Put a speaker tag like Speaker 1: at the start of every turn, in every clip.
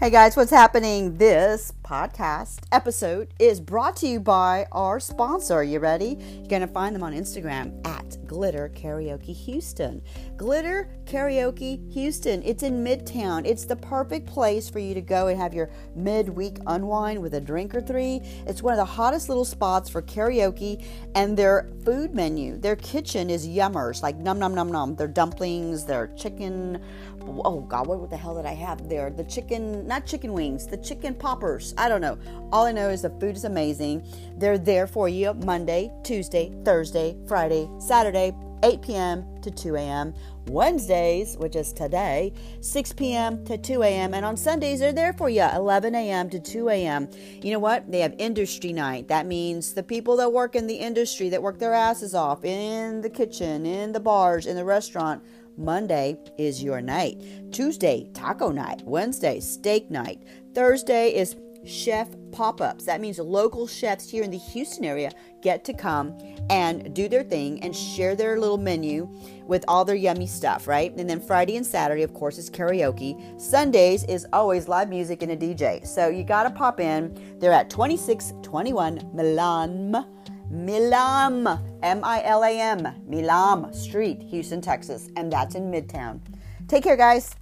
Speaker 1: Hey guys, what's happening? This podcast episode is brought to you by our sponsor. Are you ready? You're going to find them on Instagram at Glitter Karaoke Houston. Glitter Karaoke Houston. It's in Midtown. It's the perfect place for you to go and have your midweek unwind with a drink or three. It's one of the hottest little spots for karaoke and their food menu. Their kitchen is yummers, like num num num num. Their dumplings, their chicken, oh god what the hell did i have there the chicken not chicken wings the chicken poppers i don't know all i know is the food is amazing they're there for you monday tuesday thursday friday saturday 8 p.m to 2 a.m wednesdays which is today 6 p.m to 2 a.m and on sundays they're there for you 11 a.m to 2 a.m you know what they have industry night that means the people that work in the industry that work their asses off in the kitchen in the bars in the restaurant Monday is your night. Tuesday, taco night. Wednesday, steak night. Thursday is chef pop ups. That means local chefs here in the Houston area get to come and do their thing and share their little menu with all their yummy stuff, right? And then Friday and Saturday, of course, is karaoke. Sundays is always live music and a DJ. So you got to pop in. They're at 2621 Milan. Milam, M I L A M, Milam Street, Houston, Texas, and that's in Midtown. Take care, guys.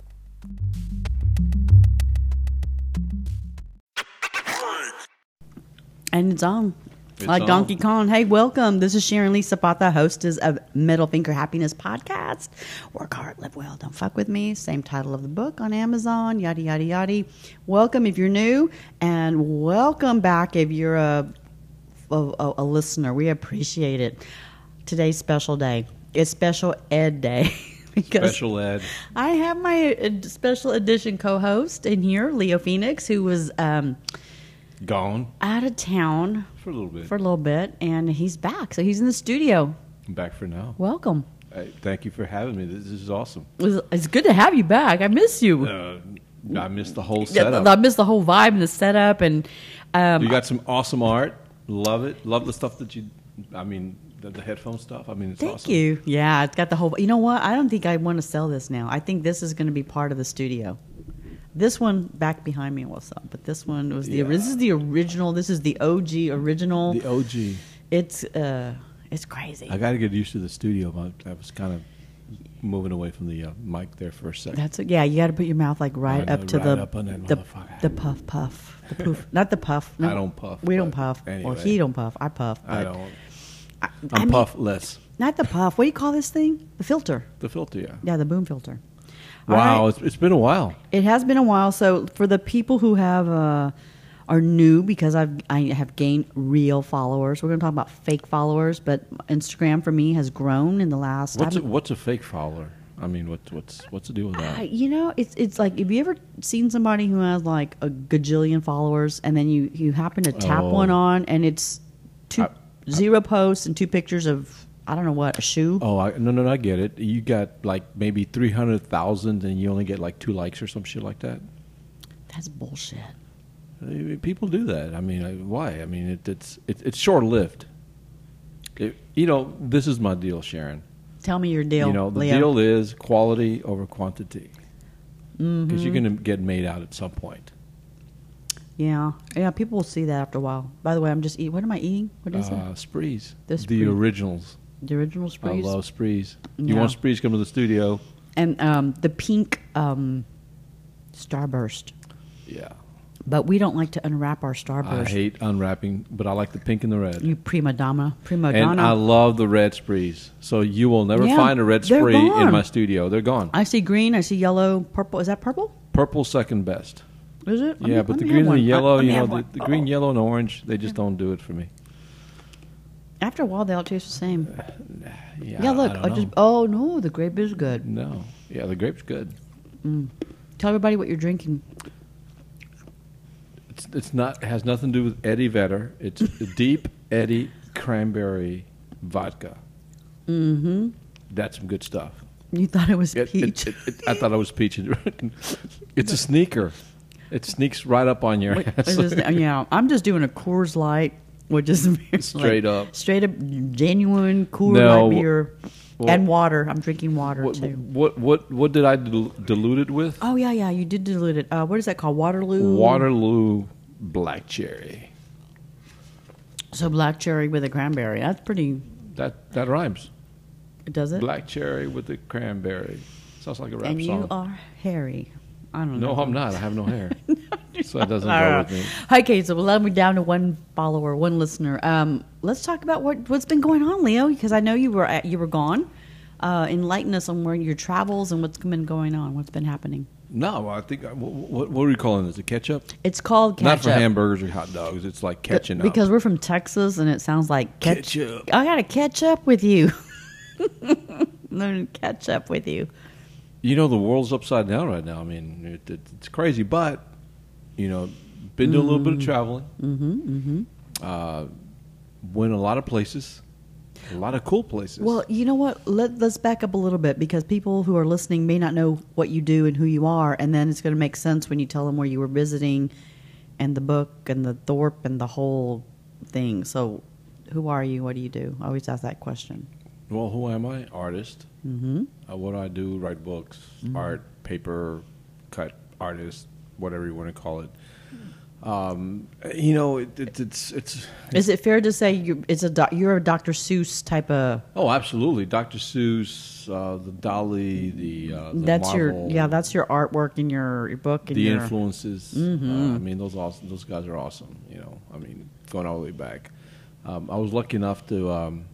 Speaker 1: And it's on.
Speaker 2: It's
Speaker 1: like
Speaker 2: on.
Speaker 1: Donkey Kong. Hey, welcome. This is Sharon Lee Zapata, hostess of Middle Finger Happiness Podcast. Work hard, live well, don't fuck with me. Same title of the book on Amazon, yada, yada, yada. Welcome if you're new, and welcome back if you're a a, a, a listener. We appreciate it. Today's special day. It's special ed day because
Speaker 2: Special ed.
Speaker 1: I have my uh, special edition co-host in here, Leo Phoenix, who was um,
Speaker 2: Gone
Speaker 1: out of town
Speaker 2: for a little bit.
Speaker 1: for a little bit, and he's back. So he's in the studio.
Speaker 2: I'm back for now.
Speaker 1: Welcome.
Speaker 2: Hey, thank you for having me. This, this is awesome.
Speaker 1: It was- It's good to have you back. I miss you.
Speaker 2: Uh, I missed the whole
Speaker 1: Yeah,
Speaker 2: setup.
Speaker 1: I miss the whole vibe and the setup, and um,
Speaker 2: you got some awesome art. Love it. Love the stuff that you. I mean, the, the headphone stuff. I mean, it's
Speaker 1: Thank
Speaker 2: awesome.
Speaker 1: you. Yeah, it's got the whole. You know what? I don't think I want to sell this now. I think this is going to be part of the studio. This one back behind me will sell, but this one was the.
Speaker 2: Yeah.
Speaker 1: This is the original. This is the OG original.
Speaker 2: The OG.
Speaker 1: it's uh, it's crazy.
Speaker 2: I got to get used to the studio. but I was kind of moving away from the uh, mic there for a second.
Speaker 1: That's yeah. You got to put your mouth like right
Speaker 2: I know,
Speaker 1: up to
Speaker 2: right
Speaker 1: the
Speaker 2: up on that
Speaker 1: the,
Speaker 2: motherfucker.
Speaker 1: the puff puff the poof not the puff.
Speaker 2: I don't puff,
Speaker 1: We don't
Speaker 2: but
Speaker 1: puff. Or
Speaker 2: anyway.
Speaker 1: he don't puff. I puff.
Speaker 2: I
Speaker 1: but-
Speaker 2: don't.
Speaker 1: I, I
Speaker 2: I'm
Speaker 1: mean,
Speaker 2: puffless.
Speaker 1: Not the puff. What do you call this thing? The filter.
Speaker 2: The filter, yeah.
Speaker 1: Yeah, the boom filter. All right.
Speaker 2: Wow, it's, it's been a while.
Speaker 1: It has been a while. So for the people who have uh, are new, because I've I have gained real followers. We're going to talk about fake followers, but Instagram for me has grown in the last.
Speaker 2: What's a,
Speaker 1: I've-
Speaker 2: what's a fake follower? I mean, what, what's what's the deal with that?
Speaker 1: I- you know, it's it's like have you ever seen somebody who has like a gajillion followers, and then you you happen to tap
Speaker 2: Oh.
Speaker 1: one on, and it's two zero posts and two pictures of I don't know what a shoe.
Speaker 2: Oh I, no no no! I get it. You got like maybe three hundred thousand, and you only get like two likes or some shit like that.
Speaker 1: That's bullshit.
Speaker 2: I mean, People do that. I mean, I- why? I mean, it, it's it, it's short lived. You know, this is my deal, Sharon.
Speaker 1: Tell me your deal.
Speaker 2: you know, the
Speaker 1: Leo.
Speaker 2: deal is quality over quantity because
Speaker 1: Mm-hmm.
Speaker 2: you're going to get made out at some point.
Speaker 1: Yeah, yeah. People will see that after a while. By the way, I'm just eating. What am I eating? What is it?
Speaker 2: Uh, sprees,
Speaker 1: The
Speaker 2: the,
Speaker 1: spree-
Speaker 2: originals.
Speaker 1: The original Sprees.
Speaker 2: I love sprees. You
Speaker 1: Yeah.
Speaker 2: want sprees? Come to the studio.
Speaker 1: and um, the pink um, starburst.
Speaker 2: Yeah,
Speaker 1: But we don't like to unwrap our
Speaker 2: I
Speaker 1: starburst.
Speaker 2: hate unwrapping, but I like the pink and the red.
Speaker 1: you prima donna, prima
Speaker 2: And I
Speaker 1: donna.
Speaker 2: love the red sprees. So you will never
Speaker 1: Yeah,
Speaker 2: find a red
Speaker 1: they're
Speaker 2: spree
Speaker 1: gone.
Speaker 2: in my studio. They're gone.
Speaker 1: I, see green. I see yellow, purple. Is that purple?
Speaker 2: Purple second best.
Speaker 1: Is it? Let me-
Speaker 2: yeah,
Speaker 1: let
Speaker 2: but the
Speaker 1: me
Speaker 2: green
Speaker 1: have
Speaker 2: and the
Speaker 1: one.
Speaker 2: yellow,
Speaker 1: Let me
Speaker 2: you know,
Speaker 1: have
Speaker 2: the,
Speaker 1: one.
Speaker 2: the green, yellow, and orange, they just don't do it for me.
Speaker 1: After a while, they all taste the same.
Speaker 2: Yeah,
Speaker 1: Yeah, look.
Speaker 2: I
Speaker 1: I
Speaker 2: don't
Speaker 1: just.
Speaker 2: know.
Speaker 1: Oh no, the grape is good.
Speaker 2: no. Yeah, the grape's good.
Speaker 1: Tell everybody what you're drinking.
Speaker 2: It's it's not has nothing to do with Eddie Vedder. It's a deep Eddie cranberry vodka. Mm-hmm. That's some good stuff.
Speaker 1: You thought it was
Speaker 2: It- it-
Speaker 1: peach.
Speaker 2: it- it- I thought I was peach. it's a sneaker. It sneaks right up on your
Speaker 1: Wait,
Speaker 2: ass.
Speaker 1: is this- yeah, I'm just doing a Coors Light, which is very, like,
Speaker 2: Straight up.
Speaker 1: straight up genuine Coors
Speaker 2: No.
Speaker 1: Light beer.
Speaker 2: Well-
Speaker 3: and water. I'm drinking water
Speaker 2: What,
Speaker 3: too.
Speaker 2: what what what did I dil- dilute it with?
Speaker 3: Oh yeah, yeah. You did dilute it. Uh, what is that called? Waterloo.
Speaker 2: Waterloo black cherry.
Speaker 3: So black cherry with a cranberry. That's pretty.
Speaker 2: That that rhymes.
Speaker 3: Does it?
Speaker 2: Black cherry with the cranberry. Sounds like a rap
Speaker 3: and
Speaker 2: song.
Speaker 3: you are hairy. I don't know.
Speaker 2: no, I'm not. I have no hair, so that doesn't
Speaker 3: All
Speaker 2: go
Speaker 3: right.
Speaker 2: with me.
Speaker 3: Okay, so let me down to one follower, one listener. Um, let's talk about what what's been going on, Leo, because I know you were at, you were gone. Uh, enlighten us on where your travels and what's been going on, what's been happening.
Speaker 2: No, I think what, what, what are we calling this? A catch up?
Speaker 3: It's called catch
Speaker 2: Not for
Speaker 3: up.
Speaker 2: hamburgers or hot dogs. It's like catching up.
Speaker 3: because we're from Texas and it sounds like catch,
Speaker 2: Catch up.
Speaker 3: I gotta catch up with you. Learn to catch up with you.
Speaker 2: you know the world's upside down right now. I mean, it, it, it's crazy, but you know, been doing a little bit of traveling. Mm-hmm, Uh, went a lot of places, a lot of cool places.
Speaker 3: Well, you know what? Let, let's back up a little bit because people who are listening may not know what you do and who you are, and then it's going to make sense when you tell them where you were visiting, and the book, and the Thorpe, and the whole thing. So, who are you? What do you do? I always ask that question.
Speaker 2: Well, who am I? Artist. Mm-hmm. Uh, what do I do? Write books, art, paper, cut, artist, whatever you want to call it. Um, you know, it, it, it's it's
Speaker 3: Is it fair to say you it's a doc, you're a Dr. Seuss type of?
Speaker 2: oh, absolutely. Dr. Seuss, uh, the Dolly, the, uh, the
Speaker 3: that's your
Speaker 2: Marvel,
Speaker 3: yeah. That's your artwork and your, your book and
Speaker 2: the
Speaker 3: your Mm-hmm.
Speaker 2: influences. Uh, I mean, those awesome, those guys are awesome. You know, I mean, going all the way back. Um, I was lucky enough to um,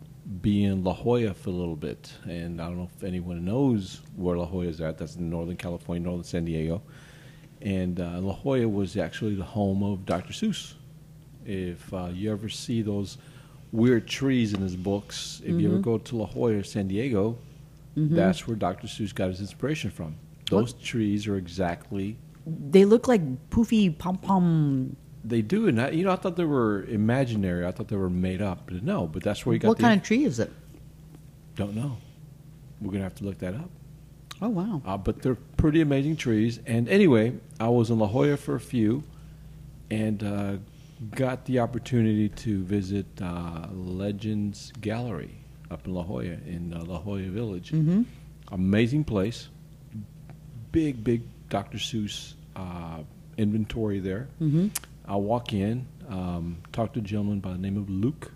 Speaker 2: be in La Jolla for a little bit, and I don't know if anyone knows where La Jolla is at. That's in Northern California, Northern San Diego, and uh, La Jolla was actually the home of Dr. Seuss. If uh, you ever see those weird trees in his books, if you ever
Speaker 3: Mm-hmm.
Speaker 2: go to La Jolla or San Diego, that's where Dr. Seuss got his inspiration from. Those trees are exactly
Speaker 3: they look like poofy pom pom.
Speaker 2: they do, and I, you know, I thought they were imaginary. I thought they were made up, but no. But that's where you got.
Speaker 3: What
Speaker 2: the,
Speaker 3: kind of tree is it?
Speaker 2: Don't know. We're gonna have to look that up.
Speaker 3: Oh wow!
Speaker 2: Uh, but they're pretty amazing trees. And anyway, I was in La Jolla for a few, and uh, got the opportunity to visit uh, Legends Gallery up in La Jolla in uh, La Jolla Village. Mm-hmm. Amazing place. Big, big Dr. Seuss uh, inventory there. Mm-hmm. I walk in, um, talk to a gentleman by the name of Luke,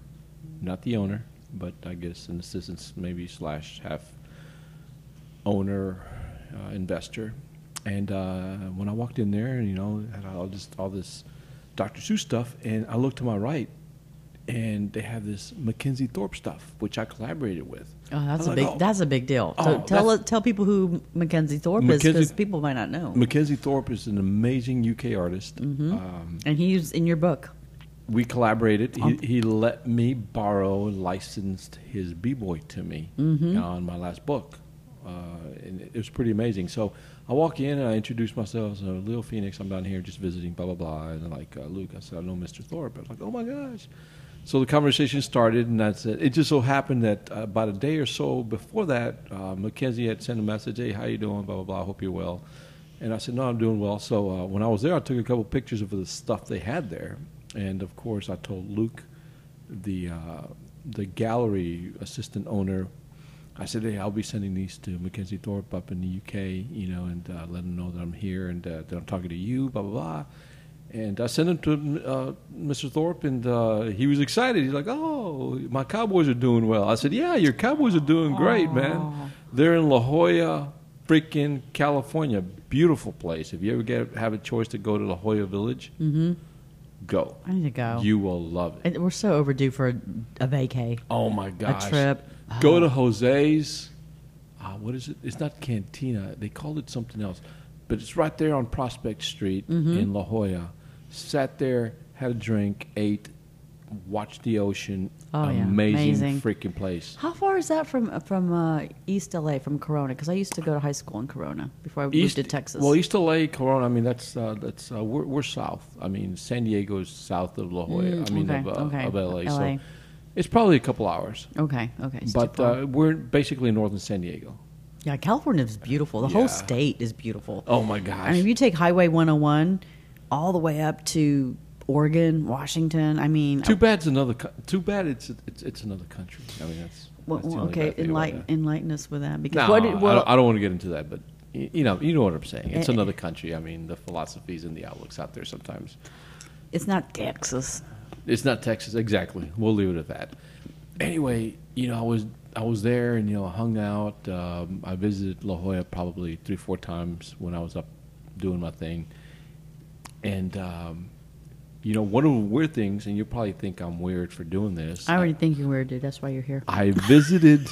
Speaker 2: not the owner, but I guess an assistant, maybe slash half owner, uh, investor. And uh, when I walked in there, you know, had all just all this Dr. Seuss stuff, and I looked to my right, and they have this Mackenzie Thorpe stuff, which I collaborated with.
Speaker 3: Oh,
Speaker 2: I was
Speaker 3: that's a
Speaker 2: like,
Speaker 3: big.
Speaker 2: "Oh,
Speaker 3: That's a big deal. So
Speaker 2: Oh,
Speaker 3: tell
Speaker 2: that's-
Speaker 3: us- tell people who Mackenzie Thorpe is 'cause is
Speaker 2: Mackenzie-
Speaker 3: because people might not know.
Speaker 2: Mackenzie Thorpe is an amazing UK artist. Um,
Speaker 3: and he's in your book.
Speaker 2: we collaborated. He, he let me borrow and licensed his b boy to me on my last book, uh, and it was pretty amazing. So I walk in and I introduce myself. So Leo Phoenix, I'm down here just visiting, blah blah blah. And I'm like uh, Luke, I said I know Mr. Thorpe. I was like, oh my gosh. So the conversation started, and that's it. It just so happened that uh, about a day or so before that, uh, Mackenzie had sent a message, hey, how you doing? Blah blah blah. I hope you're well. And I said, "No, I'm doing well." So uh, when I was there, I took a couple pictures of the stuff they had there, and of course, I told Luke, the uh, the gallery assistant owner, I said, "Hey, I'll be sending these to Mackenzie Thorpe up in the UK, you know, and uh, let him know that I'm here and uh, that I'm talking to you." Blah blah blah. And I sent them to uh, Mr. Thorpe, and uh, he was excited. He's like, "Oh, my Cowboys are doing well." I said, "Yeah, your Cowboys are doing great, man. They're in La Jolla, freaking California. Beautiful place. If you ever get have a choice to go to La Jolla Village, go.
Speaker 3: I need to go.
Speaker 2: You will love it.
Speaker 3: And we're so overdue for a, a vacay.
Speaker 2: Oh my gosh!
Speaker 3: trip. Oh.
Speaker 2: Go to Jose's. Uh, what is it? It's not Cantina. They called it something else, but it's right there on Prospect Street
Speaker 3: Mm-hmm.
Speaker 2: in La Jolla. Sat there, had a drink, ate, watched the ocean.
Speaker 3: Oh, yeah. Amazing.
Speaker 2: amazing freaking place.
Speaker 3: How far is that from from uh, East LA from Corona? Because I used to go to high school in Corona before I moved to Texas.
Speaker 2: Well, East LA, Corona. I mean, that's uh, that's uh, we're, we're south. I mean, San Diego is south of La Jolla.
Speaker 3: Mm,
Speaker 2: I mean,
Speaker 3: okay,
Speaker 2: of, uh,
Speaker 3: okay.
Speaker 2: of LA.
Speaker 3: LA.
Speaker 2: So it's probably a couple hours.
Speaker 3: okay, okay. it's too
Speaker 2: But
Speaker 3: far.
Speaker 2: uh, we're basically in northern San Diego.
Speaker 3: yeah, California is beautiful. The whole
Speaker 2: yeah.
Speaker 3: state is beautiful.
Speaker 2: Oh my gosh!
Speaker 3: I mean, if you take Highway 101 all the way up to
Speaker 1: Oregon, Washington. I mean,
Speaker 3: uh,
Speaker 2: Too bad it's another. co- Too bad it's it's, it's another country. I mean, that's,
Speaker 1: well,
Speaker 2: that's the only
Speaker 1: okay,
Speaker 2: bad thing about
Speaker 1: enlighten,
Speaker 2: that.
Speaker 1: enlighten us with that because
Speaker 2: No,
Speaker 1: what did,
Speaker 2: I,
Speaker 1: well,
Speaker 2: don't, I don't want to get into that, but y- you know, you know what I'm saying. It's
Speaker 1: Eh, eh.
Speaker 2: another country. I mean, the philosophies and the outlooks out there sometimes.
Speaker 1: it's not Texas.
Speaker 2: It's not Texas, exactly. We'll leave it at that. Anyway, you know, I was I was there and you know I hung out. Um, I visited La Jolla probably three four times when I was up doing my thing, and um, you know one of the weird things, and you probably think I'm weird for doing this.
Speaker 1: I already think you're weird, dude. That's why you're here.
Speaker 2: I visited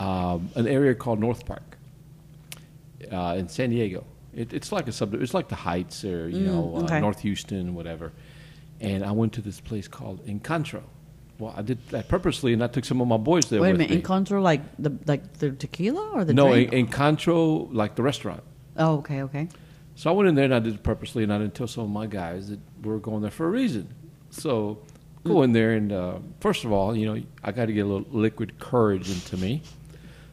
Speaker 2: um, an area called North Park uh, in San Diego. It, it's like a sub. It's like the Heights or you know uh,
Speaker 1: Mm, okay.
Speaker 2: North Houston, whatever. And I went to this place called Encontro. Well, I did that purposely, and I took some of my boys there.
Speaker 1: Wait a
Speaker 2: with
Speaker 1: minute,
Speaker 2: me.
Speaker 1: Encontro like the like the tequila or the
Speaker 2: no, En-
Speaker 1: drink?
Speaker 2: Encontro like the restaurant.
Speaker 1: oh, okay, okay.
Speaker 2: So I went in there and I did it purposely, and I didn't tell some of my guys that we were going there for a reason. So
Speaker 1: Mm.
Speaker 2: go in there, and uh, first of all, you know, I got to get a little liquid courage into me.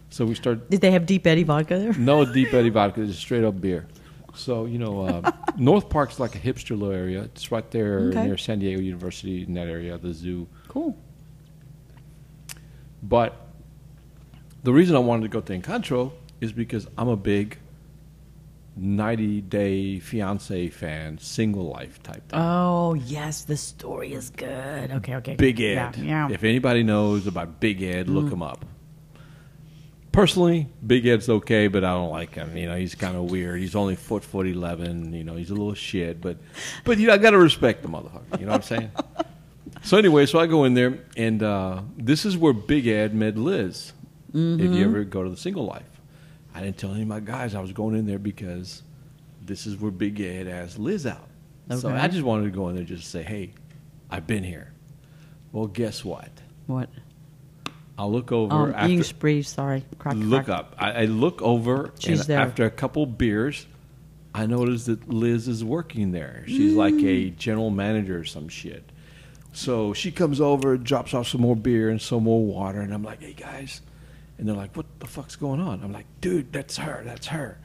Speaker 2: So we started
Speaker 1: Did they have Deep Eddy vodka there?
Speaker 2: No deep eddy vodka, just straight up beer. So you know, uh, North Park's like a hipster little area. It's right there
Speaker 1: Okay.
Speaker 2: near San Diego University in that area, the zoo.
Speaker 1: Cool.
Speaker 2: But the reason I wanted to go to Encontro is because I'm a big 90 Day Fiance fan, single life type. Thing.
Speaker 1: Oh yes, the story is good. Okay, okay.
Speaker 2: Big
Speaker 1: Yeah,
Speaker 2: Ed.
Speaker 1: yeah.
Speaker 2: If anybody knows about Big Ed, look him up. Personally, Big Ed's okay, but I don't like him. You know, he's kind of weird. He's only foot foot eleven. You know, he's a little shit, but but you know, I gotta respect the motherfucker. You know what I'm saying? so anyway, so I go in there, and uh, this is where Big Ed met Liz. If
Speaker 1: Mm-hmm.
Speaker 2: you ever go to the single life, I didn't tell any of my guys I was going in there because this is where Big Ed asked Liz out. So
Speaker 1: Okay.
Speaker 2: I just wanted to go in there just to say, hey, I've been here. Well, guess what?
Speaker 1: what?
Speaker 2: I'll look over
Speaker 1: Oh,
Speaker 2: after.
Speaker 1: eating spree. Sorry, crock,
Speaker 2: look
Speaker 1: crock.
Speaker 2: up. I, I look over,
Speaker 1: She's
Speaker 2: and
Speaker 1: there.
Speaker 2: after a couple beers, I notice that Liz is working there. She's like
Speaker 1: Mm.
Speaker 2: a general manager or some shit. So she comes over, drops off some more beer and some more water, and I'm like, "Hey guys," and they're like, "What the fuck's going on?" I'm like, "Dude, that's her. That's her."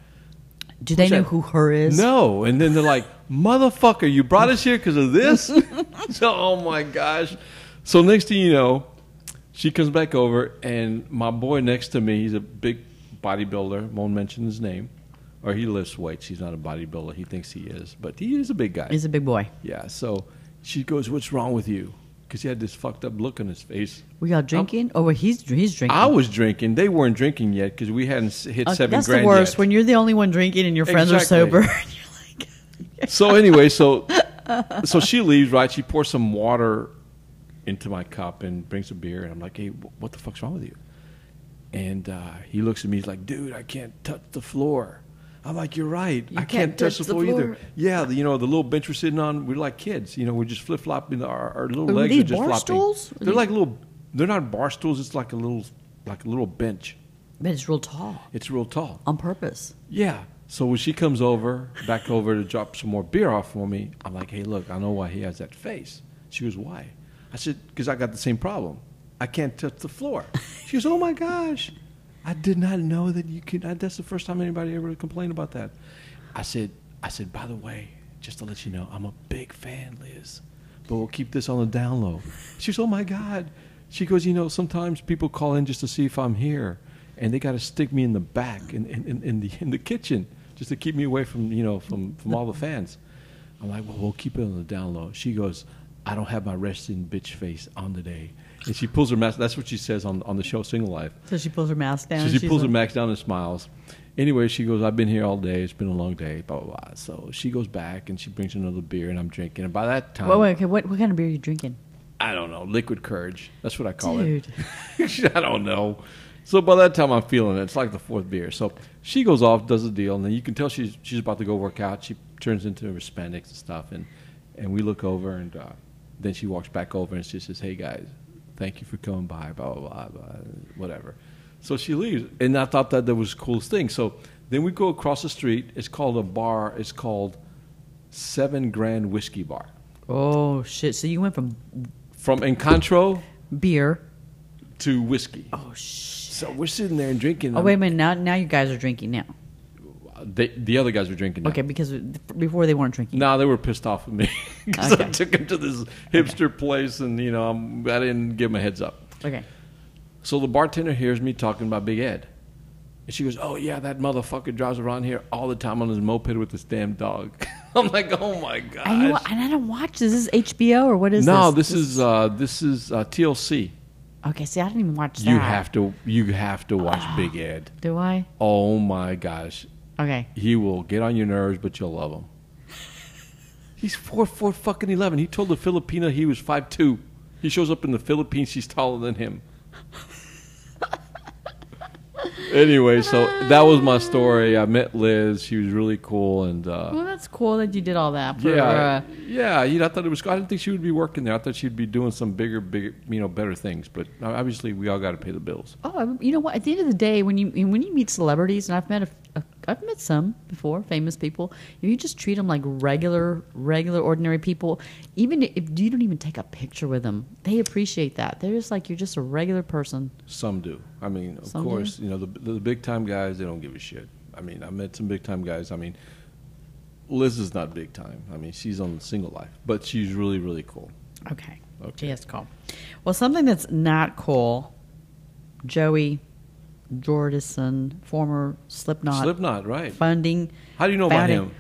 Speaker 1: Do they
Speaker 2: Who's
Speaker 1: know
Speaker 2: that?
Speaker 1: who her is?
Speaker 2: No. And then they're like, motherfucker, you brought us here because of this? so, oh my gosh. So, next thing you know, she comes back over, and my boy next to me, he's a big bodybuilder, won't mention his name, or he lifts weights. He's not a bodybuilder. He thinks he is, but he is a big guy.
Speaker 1: He's a big boy.
Speaker 2: yeah. So she goes, What's wrong with you? Because he had this fucked up look on his face.
Speaker 1: We all drinking. oh, well, he's he's drinking.
Speaker 2: Um, I was drinking. They weren't drinking yet because we hadn't s- hit
Speaker 1: Okay,
Speaker 2: seven
Speaker 1: that's
Speaker 2: grand
Speaker 1: the worst
Speaker 2: yet.
Speaker 1: when you're the only one drinking and your friends
Speaker 2: Exactly.
Speaker 1: are sober. You're like,
Speaker 2: so anyway, so so she leaves, right? She pours some water into my cup and brings a beer, and I'm like, "Hey, wh- what the fuck's wrong with you?" And uh, he looks at me, he's like, "Dude, I can't touch the floor." I'm like, "You're right, I can't, touch, the, floor, either."
Speaker 1: floor.
Speaker 2: Yeah, the, you know, the little bench we're sitting on, we're like kids, you know, we're just flip flopping. Our, our little
Speaker 1: Are
Speaker 2: legs
Speaker 1: these
Speaker 2: are just
Speaker 1: bar
Speaker 2: flopping.
Speaker 1: stools? Are
Speaker 2: They're
Speaker 1: these-
Speaker 2: like little. They're not bar stools. It's like a little, like a little bench.
Speaker 1: but it's real tall
Speaker 2: It's real tall.
Speaker 1: on purpose.
Speaker 2: Yeah. So when she comes over, back over to drop some more beer off for me, I'm like, hey, look, I know why he has that face. She goes, why? I said, because I got the same problem. I can't touch the floor. She goes, oh my gosh, I did not know that you could. That's the first time anybody ever complained about that. I said, I said, by the way, just to let you know, I'm a big fan, Liz, but we'll keep this on the down low. She goes, oh my God. She goes, you know, sometimes people call in just to see if I'm here, and they got to stick me in the back in, in, in, in the in the kitchen just to keep me away from you know from from all the fans. I'm like, well, we'll keep it on the down low. She goes, I don't have my resting bitch face on today, and she pulls her mask. That's what she says on on the show Single Life.
Speaker 1: So she pulls her mask down.
Speaker 2: So
Speaker 1: and
Speaker 2: she
Speaker 1: she's
Speaker 2: pulls her
Speaker 1: like,
Speaker 2: mask down and smiles. Anyway, she goes, I've been here all day. It's been a long day, blah, blah, blah. So she goes back and she brings another beer and I'm drinking. And by that time,
Speaker 1: Wait, wait, okay. What, what kind of beer are you drinking,
Speaker 2: I don't know, liquid courage. That's what I call
Speaker 1: dude?
Speaker 2: it. I don't know. So by that time, I'm feeling it. It's like the fourth beer. So she goes off, does a deal, and then you can tell she's, she's about to go work out. She turns into Hispanics and stuff. And, and we look over and uh, then she walks back over and she says, hey, guys, thank you for coming by, blah, blah, blah, blah whatever. So she leaves, and I thought that that was the coolest thing. So then we go across the street. It's called a bar. It's called Seven Grand Whiskey Bar
Speaker 1: Oh shit! So you went from
Speaker 2: from Encontro
Speaker 1: beer.
Speaker 2: to whiskey.
Speaker 1: Oh shit!
Speaker 2: Um,
Speaker 3: Oh,
Speaker 2: So we're sitting there and drinking.
Speaker 1: Oh wait a minute! Now, now you guys are drinking now.
Speaker 2: They, the other guys were drinking. Now.
Speaker 3: Okay, because before they weren't drinking.
Speaker 2: No, they were pissed off at me because I
Speaker 3: Okay.
Speaker 2: took them to this hipster place, and you know I'm, I didn't give them a heads up.
Speaker 3: Okay.
Speaker 2: So the bartender hears me talking about Big Ed, and she goes, "Oh yeah, that motherfucker drives around here all the time on his moped with his damn dog." I'm like, "Oh my gosh!"
Speaker 3: I know, and I don't watch this. Is this HBO or what is
Speaker 2: no,
Speaker 3: this?
Speaker 2: this, is uh, this is uh, TLC.
Speaker 3: Okay, see, I didn't even watch that.
Speaker 2: You have to you have to watch Big Ed.
Speaker 3: Do I?
Speaker 2: Oh my gosh,
Speaker 3: Okay.
Speaker 2: he will get on your nerves, but you'll love him. He's four four fucking eleven. He told the Filipina he was five two. He shows up in the Philippines. She's taller than him. anyway, so that was my story. I met Liz. She was really cool, and uh,
Speaker 3: Well, that's cool that you did all that. For,
Speaker 2: yeah,
Speaker 3: Uh,
Speaker 2: yeah. You know, I thought it was. cool. I didn't think she would be working there. I thought she'd be doing some bigger, bigger, you know, better things. But uh, obviously, we all got to pay the bills.
Speaker 3: oh, you know what? At the end of the day, when you when you meet celebrities, and I've met a, a I've met some before, famous people. If you just treat them like regular, regular, ordinary people, even if you don't even take a picture with them, they appreciate that. They're just like you're just a regular person.
Speaker 2: Some do. I mean, of
Speaker 3: Some do?
Speaker 2: course, you know the the big time guys. They don't give a shit. I mean, I met some big time guys. I mean, Liz is not big time. I mean, she's on single life, but she's really really cool.
Speaker 3: Okay.
Speaker 2: Okay.
Speaker 3: Yes, cool. Well, something that's not cool, Joey Jordison, former Slipknot
Speaker 2: Slipknot, right?
Speaker 3: funding.
Speaker 2: How do you know about
Speaker 3: founding-
Speaker 2: him?